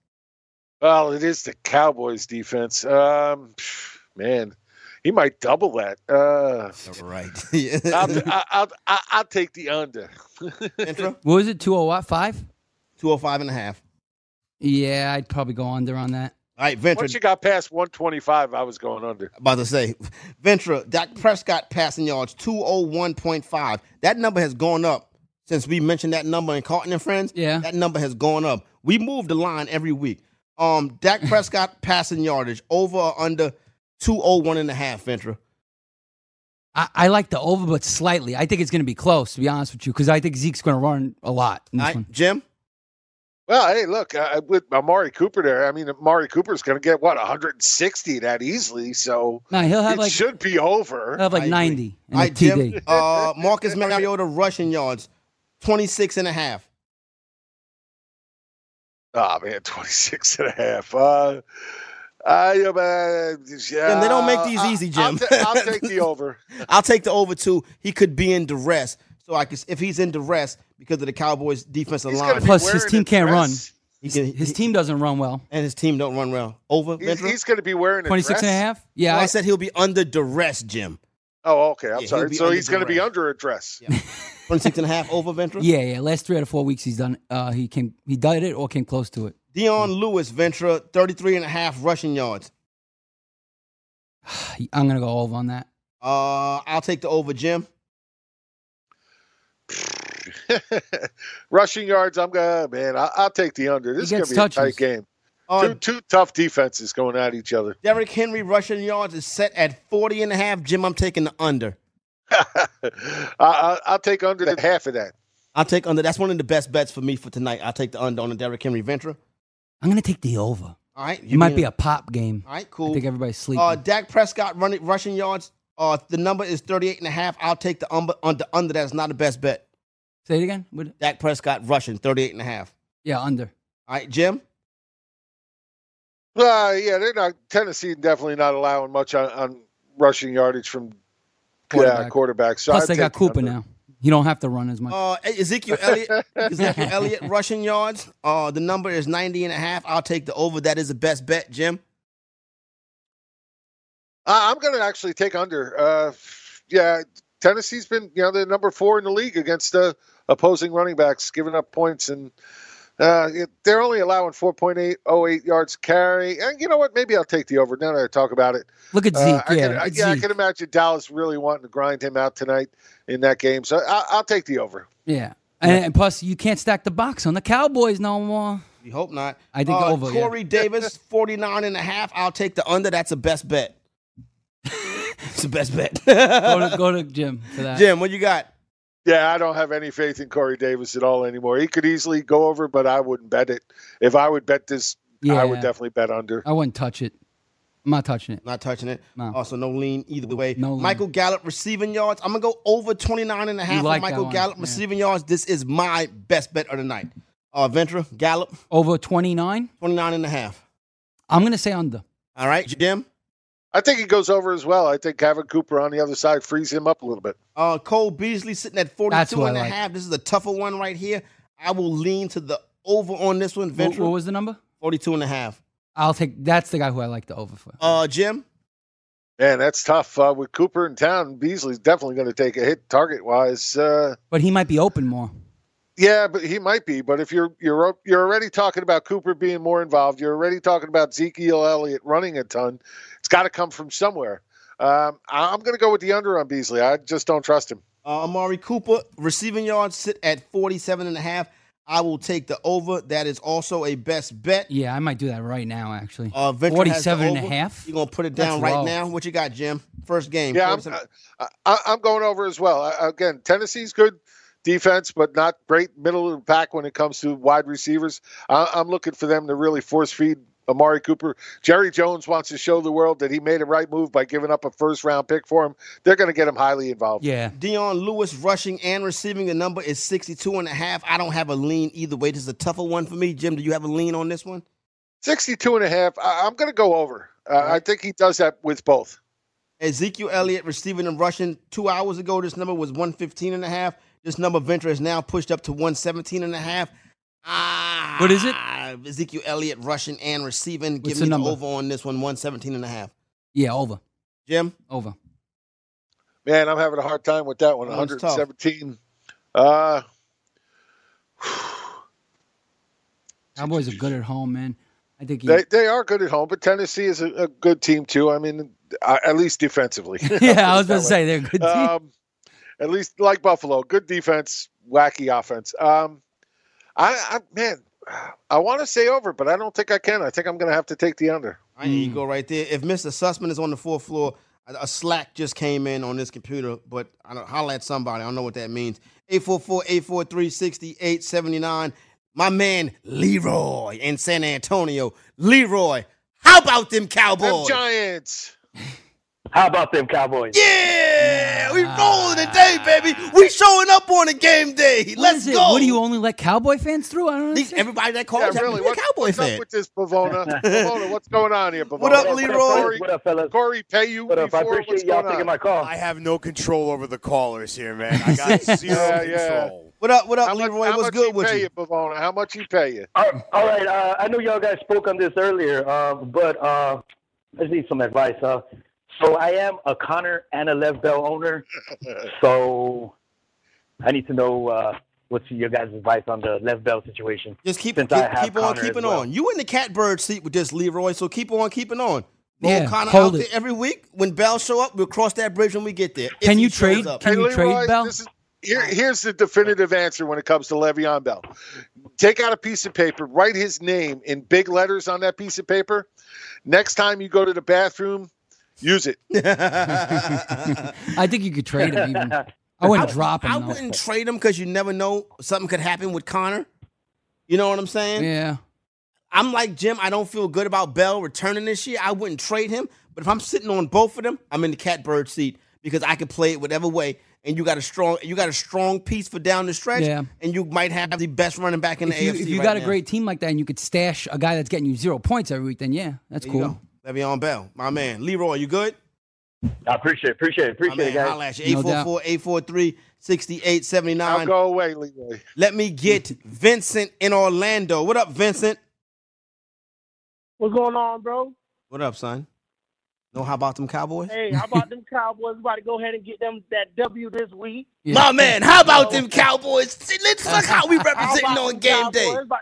Well, it is the Cowboys defense. Um, phew, man, he might double that. Uh, *laughs* Right. I'll, I'll, I'll, I'll, I'll take the under. *laughs* Intro? What was it? 205? Five? 205 and a half. Yeah, I'd probably go under on that. All right, Ventra. Once you got past 125, I was going under. about to say, Ventra, Dak Prescott passing yards 201.5. That number has gone up since we mentioned that number in Carton and Friends. Yeah. That number has gone up. We move the line every week. Um, *laughs* Dak Prescott passing yardage over or under 201 and a half, Ventra. I, I like the over, but slightly. I think it's going to be close, to be honest with you, because I think Zeke's going to run a lot in All this right, one. Jim? Well, hey, look, uh, with Amari Cooper there, I mean, Amari Cooper's going to get, what, 160 that easily. So No, he'll have it like, Oh. he'll should be over. have I like agree. 90 All and a right, Jim. TD. Uh, Marcus Mariota rushing yards 26 and a half. oh, man, 26 and a half. Uh, I, uh, yeah, they don't make these I- easy, I'll Jim. ta- I'll *laughs* take the over. I'll take the over two. He could be in duress. So I could, if he's in duress because of the Cowboys defensive He's line, gonna be Plus, his wearing team a can't run. dress. he can, His he- team doesn't run well. and his team don't run well. Over, He's, Ventra? going to be wearing a 26 and a dress? half? Yeah. Well, I I- said he'll be under duress, Jim. Oh, okay. Yeah, I'm he'll sorry. be So under he's going to be duress. under a dress. 26 and a *laughs* half over Ventra? yeah, yeah. Last three out of four weeks, he's done. Uh, he came, he did it or came close to it. Dion Lewis, Ventra, 33 and a half rushing yards. I'm gonna go over on that. Uh, I'll take the over, Jim. *laughs* Rushing yards, I'm gonna man. I, I'll take the under. This is He gonna gets be a touches. tight game. Uh, two, two tough defenses going at each other. *laughs* Derrick Henry rushing yards is set at 40 and a half. Jim, I'm taking the under. I, I, I'll take under the half of that. I'll take under. That's one of the best bets for me for tonight. I'll take the under on the Derrick Henry Ventra. I'm gonna take the over. All right. It might be a pop game. All right, I cool. think everybody's sleeping. Uh, Dak Prescott running rushing yards. Uh, the number is 38 and a half. I'll take the under, under, under. That's not the best bet. Say it again. What- Dak Prescott rushing 38 and a half. Yeah, under. All right, Jim. Uh, yeah, they're not Tennessee definitely not allowing much on, on rushing yardage from quarterback. yeah Quarterback. quarterbacks. So Plus, they I'd got take Cooper them. now. You don't have to run as much. Uh, Ezekiel Elliott, Ezekiel Elliott rushing yards. Uh, the number is 90 and a half. I'll take the over. That is the best bet, Jim. Uh, I'm going to actually take under. Uh, yeah, Tennessee's been you know they're number four in the league against uh, opposing running backs, giving up points, and uh, it- they're only allowing 4.808 yards carry. And you know what? Maybe I'll take the over. Now that I talk about it, Look at Uh, Zeke. I yeah, can, I, it's yeah, I Zeke. can imagine Dallas really wanting to grind him out tonight in that game. So I, I'll take the over. yeah. And, and plus, you can't stack the box on the Cowboys no more. We hope not. I think uh, over, yeah. Corey Davis, 49 and a half. I'll take the under. That's the best bet. *laughs* it's the best bet. *laughs* Go to, go to Jim for that. Jim, what you got? Yeah, I don't have any faith in Corey Davis at all anymore. He could easily go over, but I wouldn't bet it. If I would bet this, I would Yeah. definitely bet under. I wouldn't touch it. I'm not touching it. Not touching it. No. Also, no lean either way. No lean. Michael Gallup receiving yards. I'm going to go over 29 and a half on like that Michael one, Gallup yeah. receiving yards. This is my best bet of the night. Uh, Ventra, Gallup, Over 29, 29 and a half. I'm going to say under. All right, Jim. I think he goes over as well. I think having Cooper on the other side frees him up a little bit. Uh, Cole Beasley sitting at 42 what I and a like. half. This is a tougher one right here. I will lean to the over on this one. What, Ventra, what was the number? 42 and a half. I'll take. That's the guy who I like the over for. Uh, Jim, Man, that's tough. Uh, with Cooper in town, Beasley's definitely going to take a hit target wise. Uh, But he might be open more. yeah, but he might be. But if you're you're you're already talking about Cooper being more involved, you're already talking about Ezekiel Elliott running a ton. It's got to come from somewhere. Um, I- I'm going to go with the under on Beasley. I just don't trust him. uh, Amari Cooper, receiving yards sit at 47 and a half. I will take the over. That is also a best bet. Yeah, I might do that right now, actually. Uh, Ventra has the 47 and a over. half? You're going to put it That's down right low. now. What you got, Jim? First game. Yeah, I'm, uh, 47 I, I, I'm going over as well. I, again, Tennessee's good defense, but not great middle of the pack when it comes to wide receivers. I, I'm looking for them to really force feed Amari Cooper. Jerry Jones wants to show the world that he made a right move by giving up a first round pick for him. They're going to get him highly involved. Yeah. Dion Lewis rushing and receiving. The number is 62 and a half. I don't have a lean either way. This is a tougher one for me. Jim, do you have a lean on this one? 62 and a half. I, I'm going to go over. Uh, I think he does that with both. Ezekiel Elliott receiving and rushing two hours ago. This number was 115 and a half. This number venture is now pushed up to 117 and a half. Ah, What is it? Ezekiel Elliott rushing and receiving. Give What's me the the number? over on this one, 117 and a half. Yeah, over. Jim, Over. Man, I'm having a hard time with that one. That one's tough. 117. Uh, Cowboys are good at home, man. I think he, They, they are good at home, but Tennessee is a, a good team too. I mean, I, at least defensively. *laughs* Yeah, *laughs* I was going to say they're a good team. Um, at least like Buffalo, good defense, wacky offense. Um, I, I man, I want to say over, but I don't think I can. I think I'm going to have to take the under. I Hmm. need you go right there. If Mr. Sussman is on the fourth floor, a a slack just came in on this computer, but I don't holler at somebody. I don't know what that means. 844-843-6879. My man Leroy in San Antonio. Leroy, how about them Them cowboys? Giants. How about them Cowboys? Yeah, we rolling today, baby. We showing up on a game day. What Let's is it? go. What do you only let Cowboy fans through? I don't At least understand. everybody that Yeah, calls yeah, really. a What, cowboy what's fan. up with *laughs* this Pavona? Pavona, what's going on here, Pavona? What up, What up, Leroy? fellas? What up, fellas? Corey, pay you What up? I before? what's appreciate y'all going taking on? my call. I have no control over the callers here, man. *laughs* I got zero Yeah, yeah. control. What up, what up, how much, Leroy? how What's much good he with pay you? Pavona? How much he pay you? All all right, uh, I know y'all guys spoke on this earlier, uh, but uh, I just need some advice. Uh, so I am a Connor and a Lev Bell owner, so I need to know uh, what's your guys' advice on the Lev Bell situation. Just keep since keep, I have keep on Connor as keeping well. on. You in the catbird seat with this Leroy, so keep on keeping on. Roll Yeah, Connor out hold there it. every week. When Bell show up, we'll cross that bridge when we get there. if Can he you shows trade? up. *laughs* Can you trade Bell? This is, here, here's the definitive answer when it comes to Le'Veon Bell. Take out a piece of paper, write his name in big letters on that piece of paper. Next time you go to the bathroom, use it. I think you could trade *laughs* him even. I wouldn't drop him. I though. wouldn't trade him because you never know something could happen with Connor. You know what I'm saying? Yeah. I'm like Jim. I don't feel good about Bell returning this year. I wouldn't trade him, but if I'm sitting on both of them, I'm in the catbird seat because I could play it whatever way. and you got a strong you got a strong piece for down the stretch, Yeah. and you might have the best running back in if the you, AFC. if you right got a now. great team like that and you could stash a guy that's getting you zero points every week, then yeah, that's There you cool. go. Le'Veon Bell, my man. Leroy, you good? I appreciate it. Appreciate it. Appreciate my it, man, guys. Holla at you. 844-843-6879. I'll go away, Leroy. Let me get Vincent in Orlando. What up, Vincent? What's going on, bro? What up, son? Know how about them Cowboys? Hey, how about them Cowboys? About to go ahead and get them that W this week. My man, how about them Cowboys? See, let's look how we representing How about on them game day. Cowboys? About,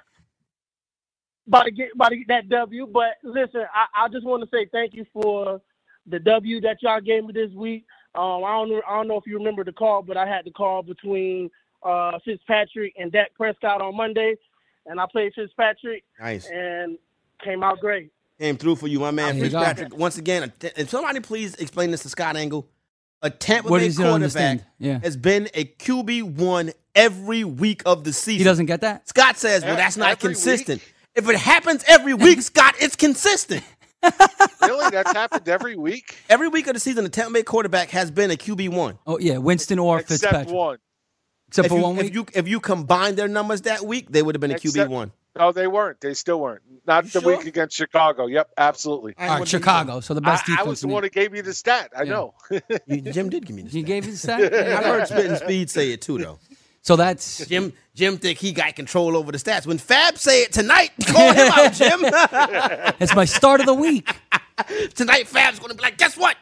about to get about to get that W. But listen, I, I just want to say thank you for the W that y'all gave me this week. Um, I don't know- I don't know if you remember the call, but I had the call between uh, Fitzpatrick and Dak Prescott on Monday, and I played Fitzpatrick. Nice. And came out great. Came through for you, my man. There you go. Fitzpatrick, once again, att- if somebody please explain this to Scott Angle, a Tampa What Bay does he don't quarterback understand? Yeah. has been a QB1 every week of the season. He doesn't get that? Scott says, well, E- that's not every consistent. If it happens every week, Scott, it's consistent. really? That's happened every week? Every week of the season, the Tampa Bay quarterback has been a QB1. Oh, yeah, Winston or *laughs* Except Fitzpatrick. one. Except if for you, one If you, if you combine their numbers that week, they would have been a Except- QB1. No, they weren't. They still weren't. Not the sure? week against Chicago. Yep, absolutely. All right, Chicago. So the best I, defense. I was the in one the- who gave you the stat. I know. *laughs* You- Jim did give me this. He gave *laughs* you the stat. There I've you go. heard Spit and Speed say it too, though. So that's Jim Jim think he got control over the stats. When Fab say it tonight, *laughs* call him out, Jim. that's my start of the week. tonight, Fab's going to be like, guess what?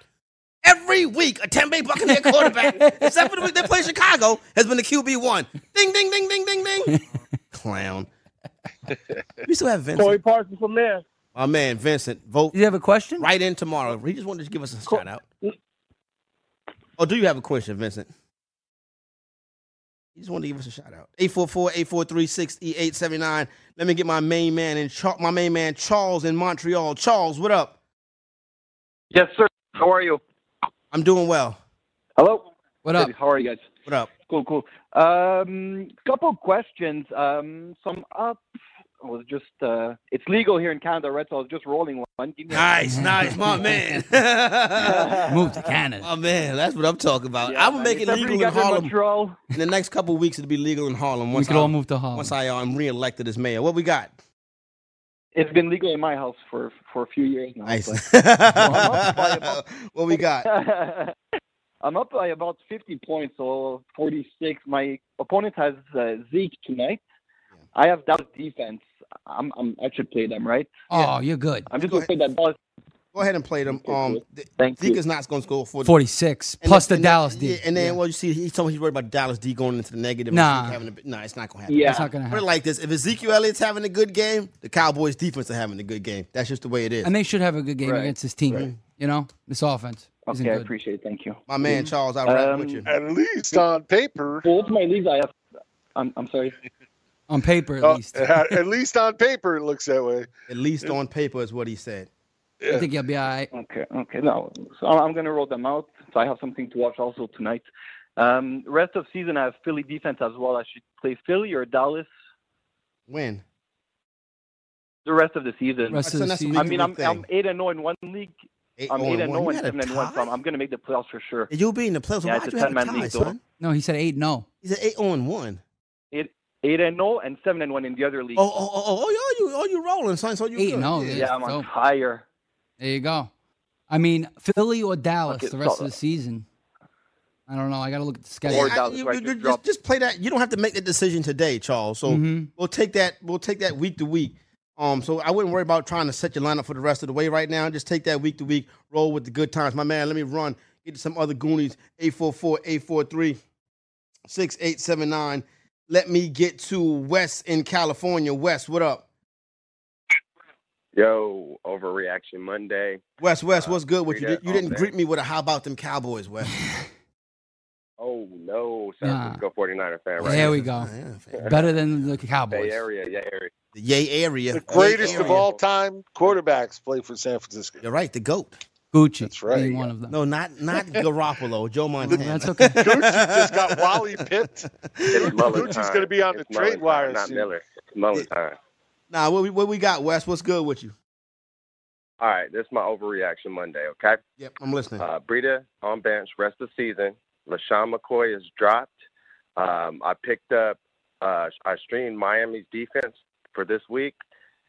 Every week, a Tampa Bay Buccaneer quarterback, *laughs* except for the week they play Chicago, has been the QB one. Ding, ding, ding, ding, ding, *laughs* ding. Clown. We still have Vincent. Corey Parsons from there. My man, Vincent, vote. You have a question? Right in tomorrow. He just wanted to give us a shout out. Oh, do you have a question, Vincent? He just wanted to give us a shout out. E 844-843-6879. Let me get my main man and Char- my main man Charles in Montreal. Charles, what up? Yes, sir. How are you? I'm doing well. Hello. What up? How are you guys? What up? Cool, cool. Um, couple questions. Um, some up. I was just. Uh, it's legal here in Canada, right? So I was just rolling one. Give me a- Nice, nice, *laughs* my man. Move to Canada. My man, that's what I'm talking about. Yeah, I'm gonna man. make it Except for you legal in guys in Harlem. Montreal. In the next couple weeks, it'll be legal in Harlem. Once could all I'm- move to Harlem. Once I uh, am reelected as mayor. What we got? It's been legal in my house for for a few years now. Nice. *laughs* but- I'm up by about- what we got? *laughs* I'm up by about 50 points, so 46. My opponent has uh, Zeke tonight. I have Dallas defense. I'm, I'm I should play them, right? Oh, you're good. I'm just gonna play that Dallas. Go ahead and play them. Um, th- Zeke is not going to score 40. 46 And plus then- the and then- Dallas D. yeah, and then, well, you see, he told me he's worried about Dallas D going into the negative. and Nah. Zeke having a bit- nah, it's not going to happen. Yeah. That's not gonna Put it happen. like this: If Ezekiel Elliott's having a good game, the Cowboys' defense are having a good game. That's just the way it is. And they should have a good game Right. against this team. You know, this offense isn't Okay, I good. appreciate it. Thank you. My man Charles, I rap Um, with you. At least on paper. Both my leagues, I have. I'm, I'm sorry. On paper, at Oh, least. *laughs* at least on paper, it looks that way. At least on paper is what he said. I think you'll be all right. Okay, okay. No, so I'm I'm gonna roll them out. So I have something to watch also tonight. Um, rest of season, I have Philly defense as well. I should play Philly or Dallas When? the rest of the season. Rest of So the that's season. what I we mean, do I'm thing. I'm eight and zero in one league. Eight I'm oh eight and one. zero and You had a seven and one. So I'm, tie? I'm gonna make the playoffs for sure. You'll be in the playoffs. Yeah, Why'd it's you a have a 10-man tie, league, though. son? No, he said 8 no. He's an eight on one. Eight eight and zero and seven and one in the other league. Oh, oh, oh, oh, oh, you, oh, you rolling, son? So you Eight good. and oh, yeah, I'm on so- fire. There you go. I mean, Philly or Dallas Okay, the rest so- of the season. I don't know. I got to look at the schedule. Or Yeah, I- Dallas, you- right, you- just you- just, drop. just play that. You don't have to make that decision today, Charles. So Mhm. we'll take that. We'll take that week to week. Um, so I wouldn't worry about trying to set your lineup for the rest of the way right now. Just take that week to week. Roll with the good times, my man. Let me run. Get to some other Goonies. 844-843-6879. Let me get to West in California. West, what up? Yo, overreaction Monday. West, West, Uh, what's good with you? Rita, Oh, You didn't all greet me with a how about them Cowboys, West. Oh no, San Nah. Francisco 49er fan right there now. we go. Oh, Yeah, Better than the Bay Cowboys. Area, yeah, *laughs* area. The Yay area. The Yay greatest of area. all time quarterbacks play for San Francisco. You're right, the GOAT. Gucci. That's right. being one of them. No, not *laughs* not Garoppolo, Joe Montana. That's okay. *laughs* Gucci just got Wally pipped. It's Mullen Gucci's time. going to be on It's the Mullen trade time, wire Not soon. Miller. It's Mullen time. Nah, what we what we got, Wes? What's good with you? All right, this is my overreaction Monday, okay? Yep, I'm listening. Uh, Breida on bench, rest of season. LaShawn McCoy is dropped. Um, I picked up, uh, I streamed Miami's defense for this week.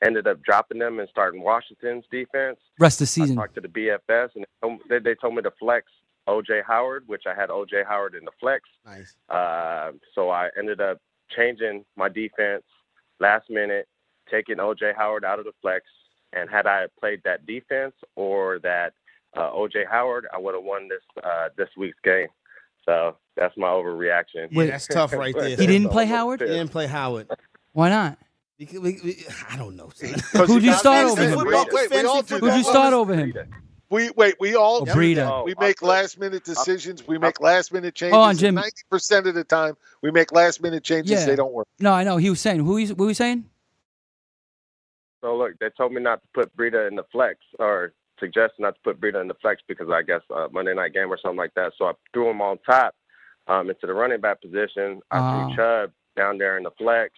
Ended up dropping them and starting Washington's defense. Rest of the season. Talked to the BFS and they told- they, they told me to flex OJ Howard, which I had OJ Howard in the flex. Nice. Uh, so I ended up changing my defense last minute, taking OJ Howard out of the flex. And had I played that defense or that uh, OJ Howard, I would have won this uh, this week's game. So that's my overreaction. Yeah, that's tough right there. *laughs* He didn't play Howard? He didn't play Howard. Why not? Because we, we, I don't know. *laughs* son. Who'd you start over him? Wait, wait, we all do Who'd you that. start over him? We wait. We all Oh, Breida. Oh, we make last minute decisions. We make last minute changes. Hold on, Jim. Ninety percent of the time, we make last minute changes. Yeah. They don't work. No, I know. He was saying, who he, what were you saying? So look, they told me not to put Breida in the flex, or suggest not to put Breida in the flex because I guess uh, Monday night game or something like that. So I threw him on top um, into the running back position. I Ah. threw Chubb down there in the flex,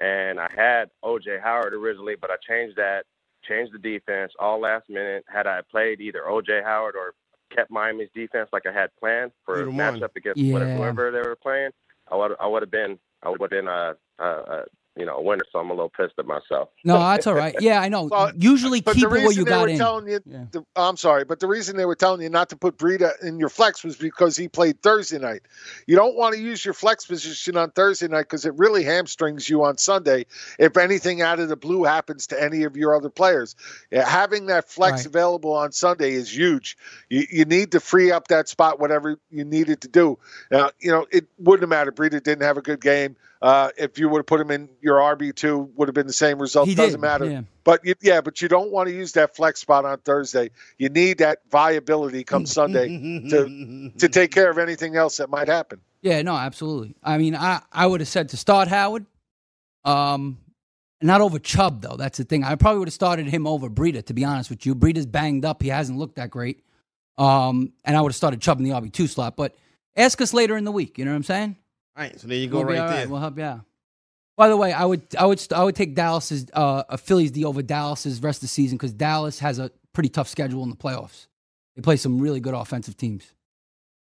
and I had OJ Howard originally, but I changed that, changed the defense all last minute. Had I played either OJ Howard or kept Miami's defense like I had planned for a Either one. matchup against Yeah. whatever, whoever they were playing, I would I would have been I would have been uh, uh, uh, you know a winner. So I'm a little pissed at myself. No, that's all right. Yeah, I know. Usually But keep the it where reason you they were got in. telling you, the- I'm sorry, but the reason they were telling you not to put Breida in your flex was because he played Thursday night. You don't want to use your flex position on Thursday night because it really hamstrings you on Sunday if anything out of the blue happens to any of your other players. Yeah, having that flex Right. available on Sunday is huge. You, you need to free up that spot, whatever you needed to do. Now, you know, it wouldn't have mattered. Breida didn't have a good game. Uh, if you would have put him in your RB2, would have been the same result. He did, Doesn't matter. yeah. But you, yeah, but you don't want to use that flex spot on Thursday. You need that viability come Sunday to *laughs* to take care of anything else that might happen. Yeah, no, absolutely. I mean, I, I would have said to start Howard, um, not over Chubb though. That's the thing. I probably would have started him over Breida. To be honest with you, Breida's banged up. He hasn't looked that great. Um, and I would have started Chubb in the RB two slot. But ask us later in the week. You know what I'm saying? All right, so there you go We'll be right all there. We'll help you out. By the way, I would I would st- I would take Dallas's uh, uh, Phillies D over Dallas's rest of the season because Dallas has a pretty tough schedule in the playoffs. They play some really good offensive teams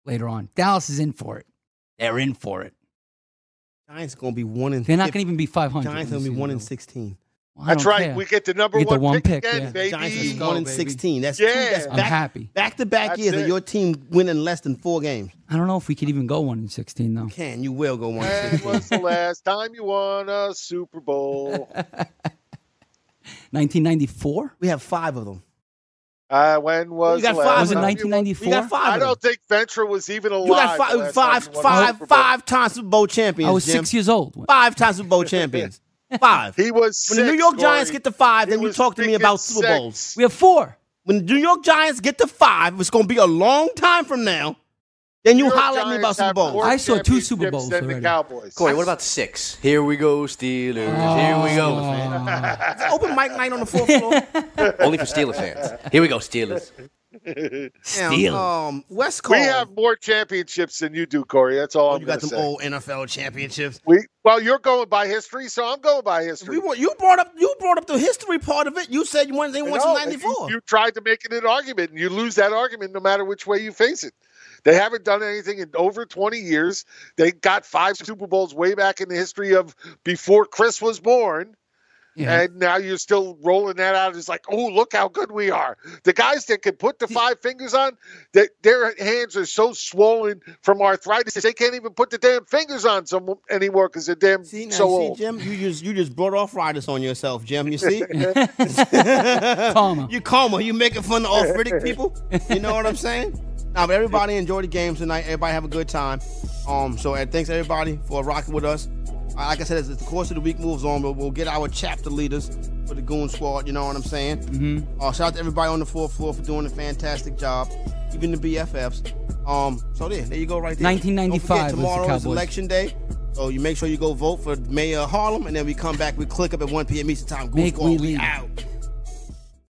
later on. Dallas is in for it. They're in for it. Giants gonna be one in. They're not fif- going to even be Giants 500. when gonna the be season one in is over. sixteen. Well, I don't care. We get the number We get the one, one pick, pick, again, yeah. baby. Giants Let's is go, one in baby. sixteen. That's two. Yeah. That's I'm back, happy. Back to back That's years of it. your team winning less than four games. I don't know if we could even go one in *laughs* 16 though. Can you will go one in *laughs* When sixteen? was the last time you won a *laughs* Super Bowl? 1994. We have five of them. Uh, when was got the last five Was it in time you won- 1994? We got five. I of them. don't think Ventra was even alive. You got the five, last five, five, time you won a Super Bowl. five times Super Bowl champions. I was Jim. six years old. when- Five times Super Bowl *laughs* champions. Five. He was. When the New six, York Giants Corey. get to five, He then you was talk to me freaking about Super six. Bowls. We have four. When the New York Giants get to five, it's going to be a long time from now. Then you New York holler at me about Giants Super have Bowls. more I saw two Super championships Bowls than the already. Cowboys. Corey, what about six? Here we go, Steelers. Here we go. It's an open mic night on the *laughs* fourth floor. Only for Steelers fans. Here we go, Steelers. Now, um, West We Coast. have more championships than you do, Corey. That's all I'm Oh, you going got to some say. old NFL championships. We well, you're going by history, so I'm going by history. We want, you brought up you brought up the history part of it. You said you wanted they won No, since you, '94. you tried to make it an argument, and you lose that argument no matter which way you face it. They haven't done anything in over 20 years. They got five Super Bowls way back in the history of before Chris was born. Yeah. And now you're still rolling that out. It's like, oh, look how good we are. The guys that can put the five fingers on, that their hands are so swollen from arthritis, they can't even put the damn fingers on some anymore because they're damn See, now, so you see, old. Jim, you just you just brought off riders on yourself, Jim. You see, *laughs* Karma. you karma. You making fun of arthritic people. You know what I'm saying? Now, but everybody enjoy the games tonight. Everybody have a good time. Um, so and thanks everybody for rocking with us. Uh, Like I said, as the course of the week moves on, we'll, we'll get our chapter leaders for the Goon Squad. You know what I'm saying? Mm-hmm. Uh, shout out to everybody on the fourth floor for doing a fantastic job, even the BFFs. Um, so there, there you go, right there. Don't forget, 1995 was the tomorrow is Cowboys. election day. So you make sure you go vote for Mayor of Harlem, and then we come back. We click up at 1 p.m. Eastern Time. Goon Make Squad, we we leave. out.